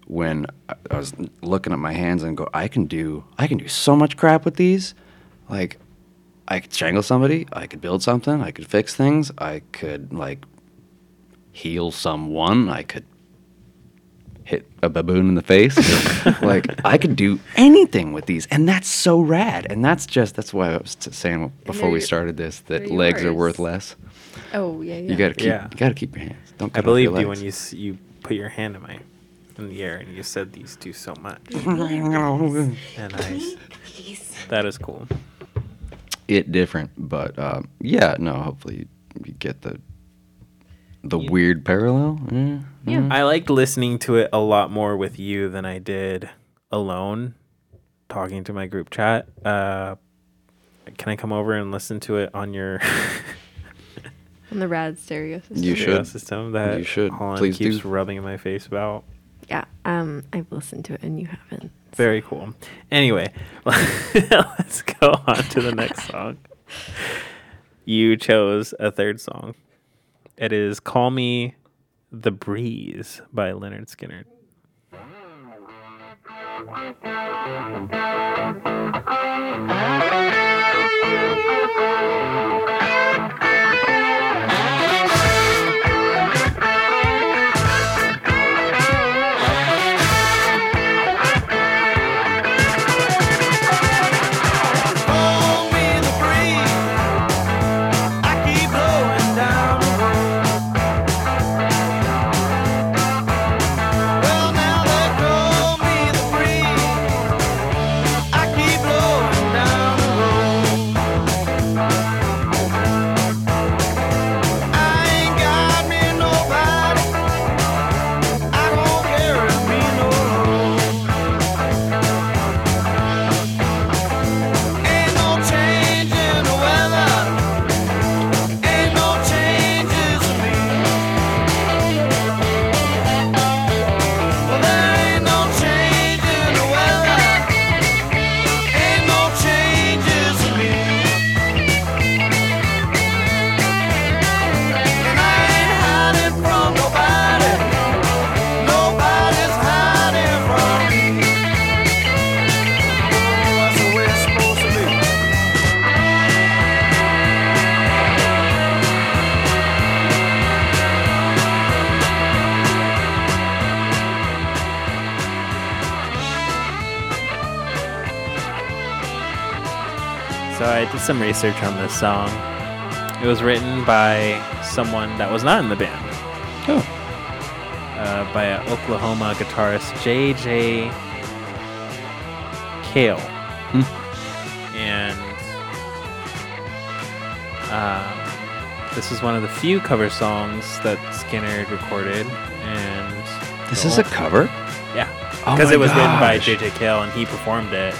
C: when I I was looking at my hands and go, I can do, I can do so much crap with these. Like, I could strangle somebody. I could build something. I could fix things. I could like heal someone. I could hit a baboon in the face. like I could do anything with these, and that's so rad. And that's just that's why I was t- saying before we
B: they're-
C: started this that
B: they're
C: legs are
B: yours.
C: worth less.
B: Oh yeah, yeah.
C: You gotta keep
A: Yeah.
C: you gotta keep your hands. Don't
A: I
C: cut off your
A: believed you when
C: legs.
A: you s- you put your hand in my in the air and you said these do so much. and I, s- that is cool.
C: it different, but um, yeah, no. Hopefully you, you get the the weird parallel. Yeah.
A: I liked listening to it a lot more with you than I did alone, talking to my group chat. Uh, can I come over and listen to it on your
B: On the rad stereo system.
C: You
A: stereo
C: should.
A: system that
C: You should.
A: Holland
C: Please
A: keeps
C: do.
A: rubbing in my face about?
B: Yeah. Um, I've listened to it and you haven't.
A: Very cool. Anyway, let's go on to the next song. You chose a third song. It is Call Me the Breeze by Leonard Skinner.
H: I keep blowing down the road.
A: I did some research on this song. It was written by someone that was not in the band.
C: Oh,
A: uh, by a Oklahoma guitarist J.J. Cale.
C: Hmm.
A: And um, this is one of the few cover songs that Skinner had recorded. And
C: this
A: the
C: is a
A: ol-
C: cover.
A: yeah,
C: Oh
A: because
C: my
A: it was written by
C: gosh.
A: J.J. Cale and he performed it.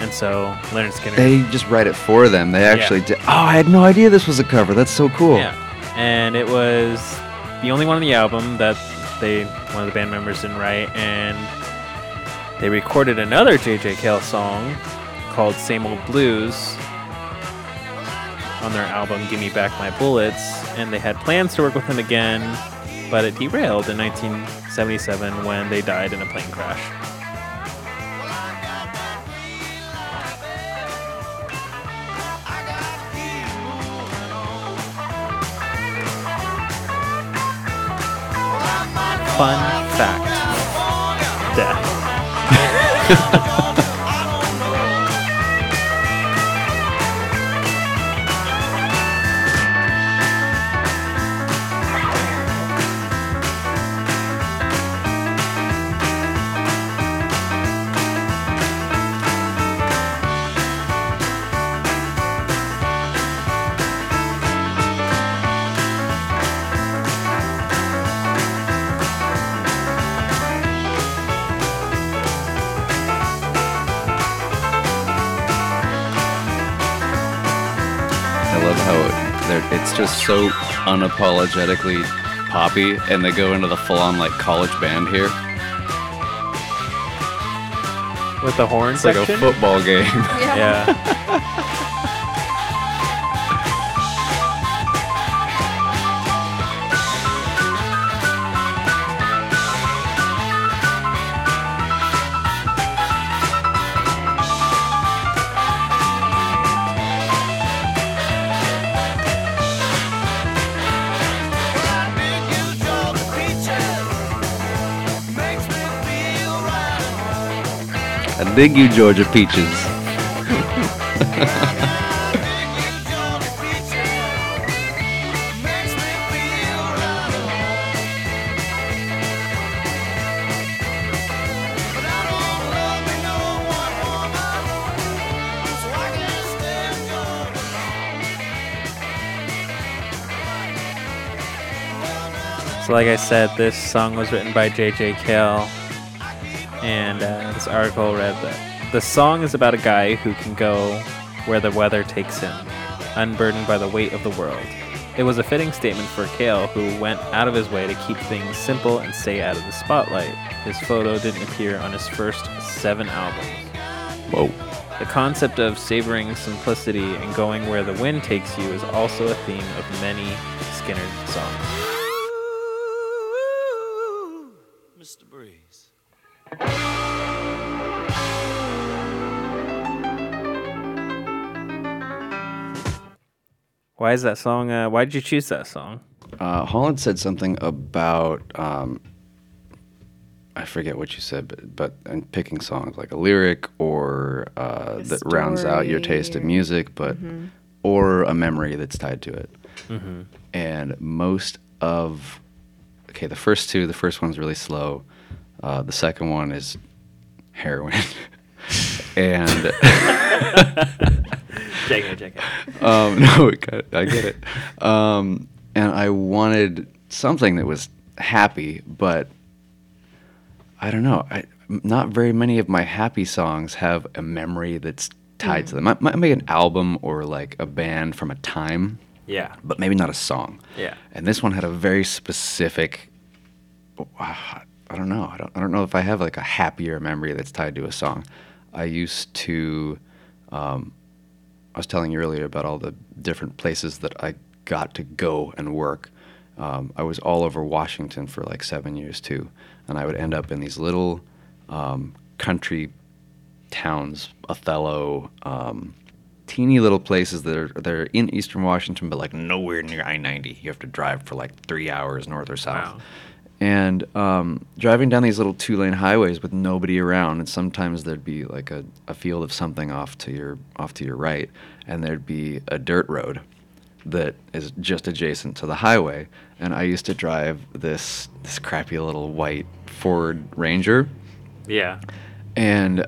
A: And so Leonard Skinner.
C: They just write it for them. They actually did. Oh, I had no idea this was a cover. That's so cool.
A: Yeah, and it was the only one on the album that they one of the band members didn't write, and they recorded another J.J. Cale song called "Same Old Blues" on their album "Give Me Back My Bullets," and they had plans to work with him again, but it derailed in 1977 when they died in a plane crash. Fun fact: death.
C: I love how they're, it's just so unapologetically poppy, and they go into the full-on like college band here.
A: With the horn
C: It's like a
A: section.
C: football game.
A: yeah.
C: I dig you, Georgia peaches.
A: So, like I said, this song was written by J.J. Cale, and uh, this article read that the song is about a guy who can go where the weather takes him, unburdened by the weight of the world. It was a fitting statement for Cale, who went out of his way to keep things simple and stay out of the spotlight. His photo didn't appear on his first seven albums.
C: Whoa.
A: The concept of savoring simplicity and going where the wind takes you is also a theme of many Skinner songs.
H: Mr. Breeze.
A: Why is that song? Uh, why did you choose that song?
C: Uh, Holland said something about um, I forget what you said, but but and picking songs like a lyric or uh, that rounds out your taste in music, but or a memory that's tied to it. And most of okay, the first two, the first one's really slow. Uh, the second one is heroin, and.
A: JK, JK.
C: um, no, it got, I get it. Um, and I wanted something that was happy, but I don't know. I, not very many of my happy songs have a memory that's tied to them. I might make an album or like a band from a time,
A: Yeah,
C: but maybe not a song.
A: yeah.
C: And this one had a very specific. I don't know. I don't. I don't know if I have like a happier memory that's tied to a song. I used to. Um, I was telling you earlier about all the different places that I got to go and work. Um, I was all over Washington for like seven years too, and I would end up in these little um, country towns, Othello, um, teeny little places that are they're in eastern Washington, but like nowhere near I ninety. You have to drive for like three hours north or south, and um, driving down these little two lane highways with nobody around and sometimes there'd be like a, a field of something off to your off to your right and there'd be a dirt road that is just adjacent to the highway and i used to drive this this crappy little white ford ranger
I: Yeah.
C: and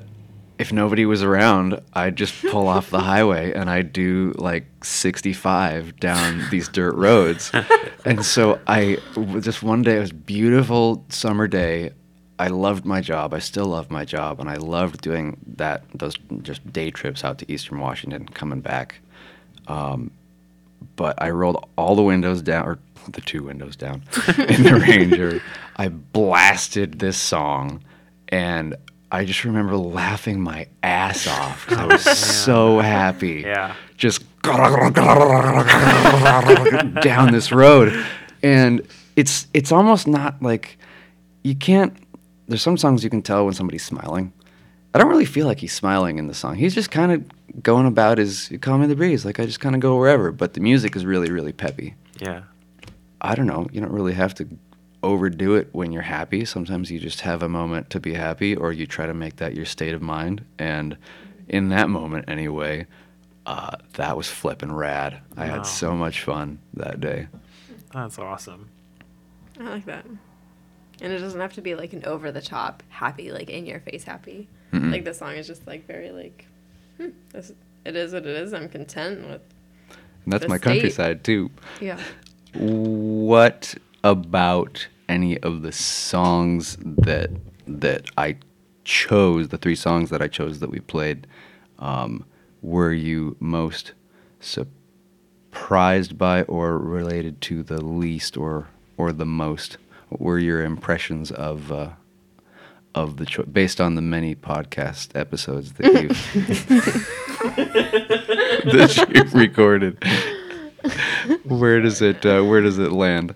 C: if nobody was around, I'd just pull off the highway and I'd do like 65 down these dirt roads. and so I w- just one day, it was a beautiful summer day. I loved my job. I still love my job. And I loved doing that, those just day trips out to Eastern Washington, coming back but I rolled all the windows down, or the two windows down, in the Ranger. I blasted this song, and I just remember laughing my ass off 'cause I was so happy.
I: Yeah.
C: Just down this road, and it's it's almost not like you can't. There's some songs you can tell when somebody's smiling. I don't really feel like he's smiling in the song. He's just kind of going about his "Call Me the Breeze," like I just kind of go wherever. But the music is really, really peppy.
I: Yeah.
C: I don't know. You don't really have to overdo it when you're happy. Sometimes you just have a moment to be happy, or you try to make that your state of mind. And in that moment, anyway, uh, that was flippin' rad. I
I: Wow.
C: had so much fun that day.
I: That's awesome.
B: I like that. And it doesn't have to be like an over the top happy, like in your face happy. Like the song is just like very like, hmm, this, it is what it is. I'm content with.
C: And that's
B: The
C: my
B: state.
C: countryside too.
B: Yeah.
C: What about any of the songs that that I chose? The three songs that I chose that we played, um, were you most surprised by, or related to the least, or or the most? What were your impressions of uh, of the cho- based on the many podcast episodes that you that you recorded? Where does it uh, Where does it land?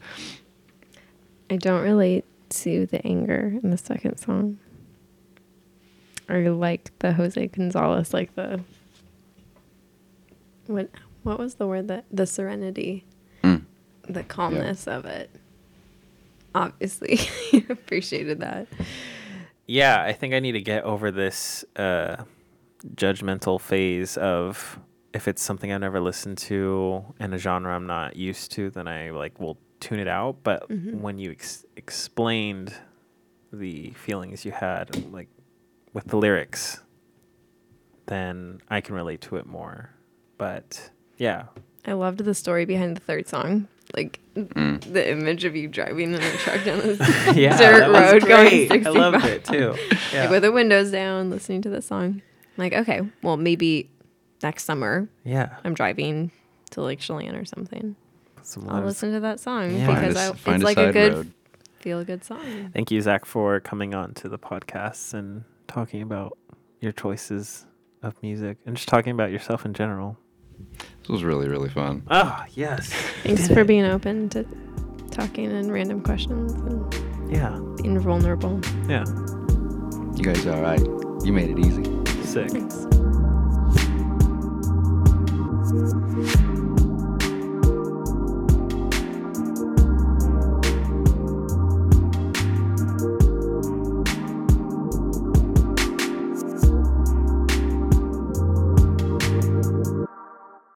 B: I don't relate to the anger in the second song. Or like the Jose Gonzalez, like the what what was the word that the serenity, the calmness of it. Obviously, appreciated that.
A: Yeah, I think I need to get over this uh, judgmental phase of if it's something I've never listened to and a genre I'm not used to, then I like will tune it out. But when you ex- explained the feelings you had, like with the lyrics, then I can relate to it more. But yeah,
B: I loved the story behind the third song. Like the image of you driving in a truck down this
A: yeah,
B: Dirt
A: that was
B: road going
A: great. I loved
B: 65.
A: it too. Yeah.
B: like with the windows down, listening to this song. I'm like, okay, well maybe next summer
A: yeah,
B: I'm driving to Lake Chelan or something.
A: some
B: I'll
A: loves.
B: listen to that song
A: Yeah.
B: because
C: Find a s-
B: I, it's
C: find a
B: like a
C: side
B: good
C: road.
B: feel good song.
A: Thank you, Zach, for coming on to the podcast and talking about your choices of music and just talking about yourself in general.
C: This was really really fun.
A: Oh, yes.
B: Thanks for being open to talking and random questions and
A: Yeah.
B: being vulnerable.
A: Yeah.
C: You guys are all right. You made it easy.
A: Sick.
B: Thanks.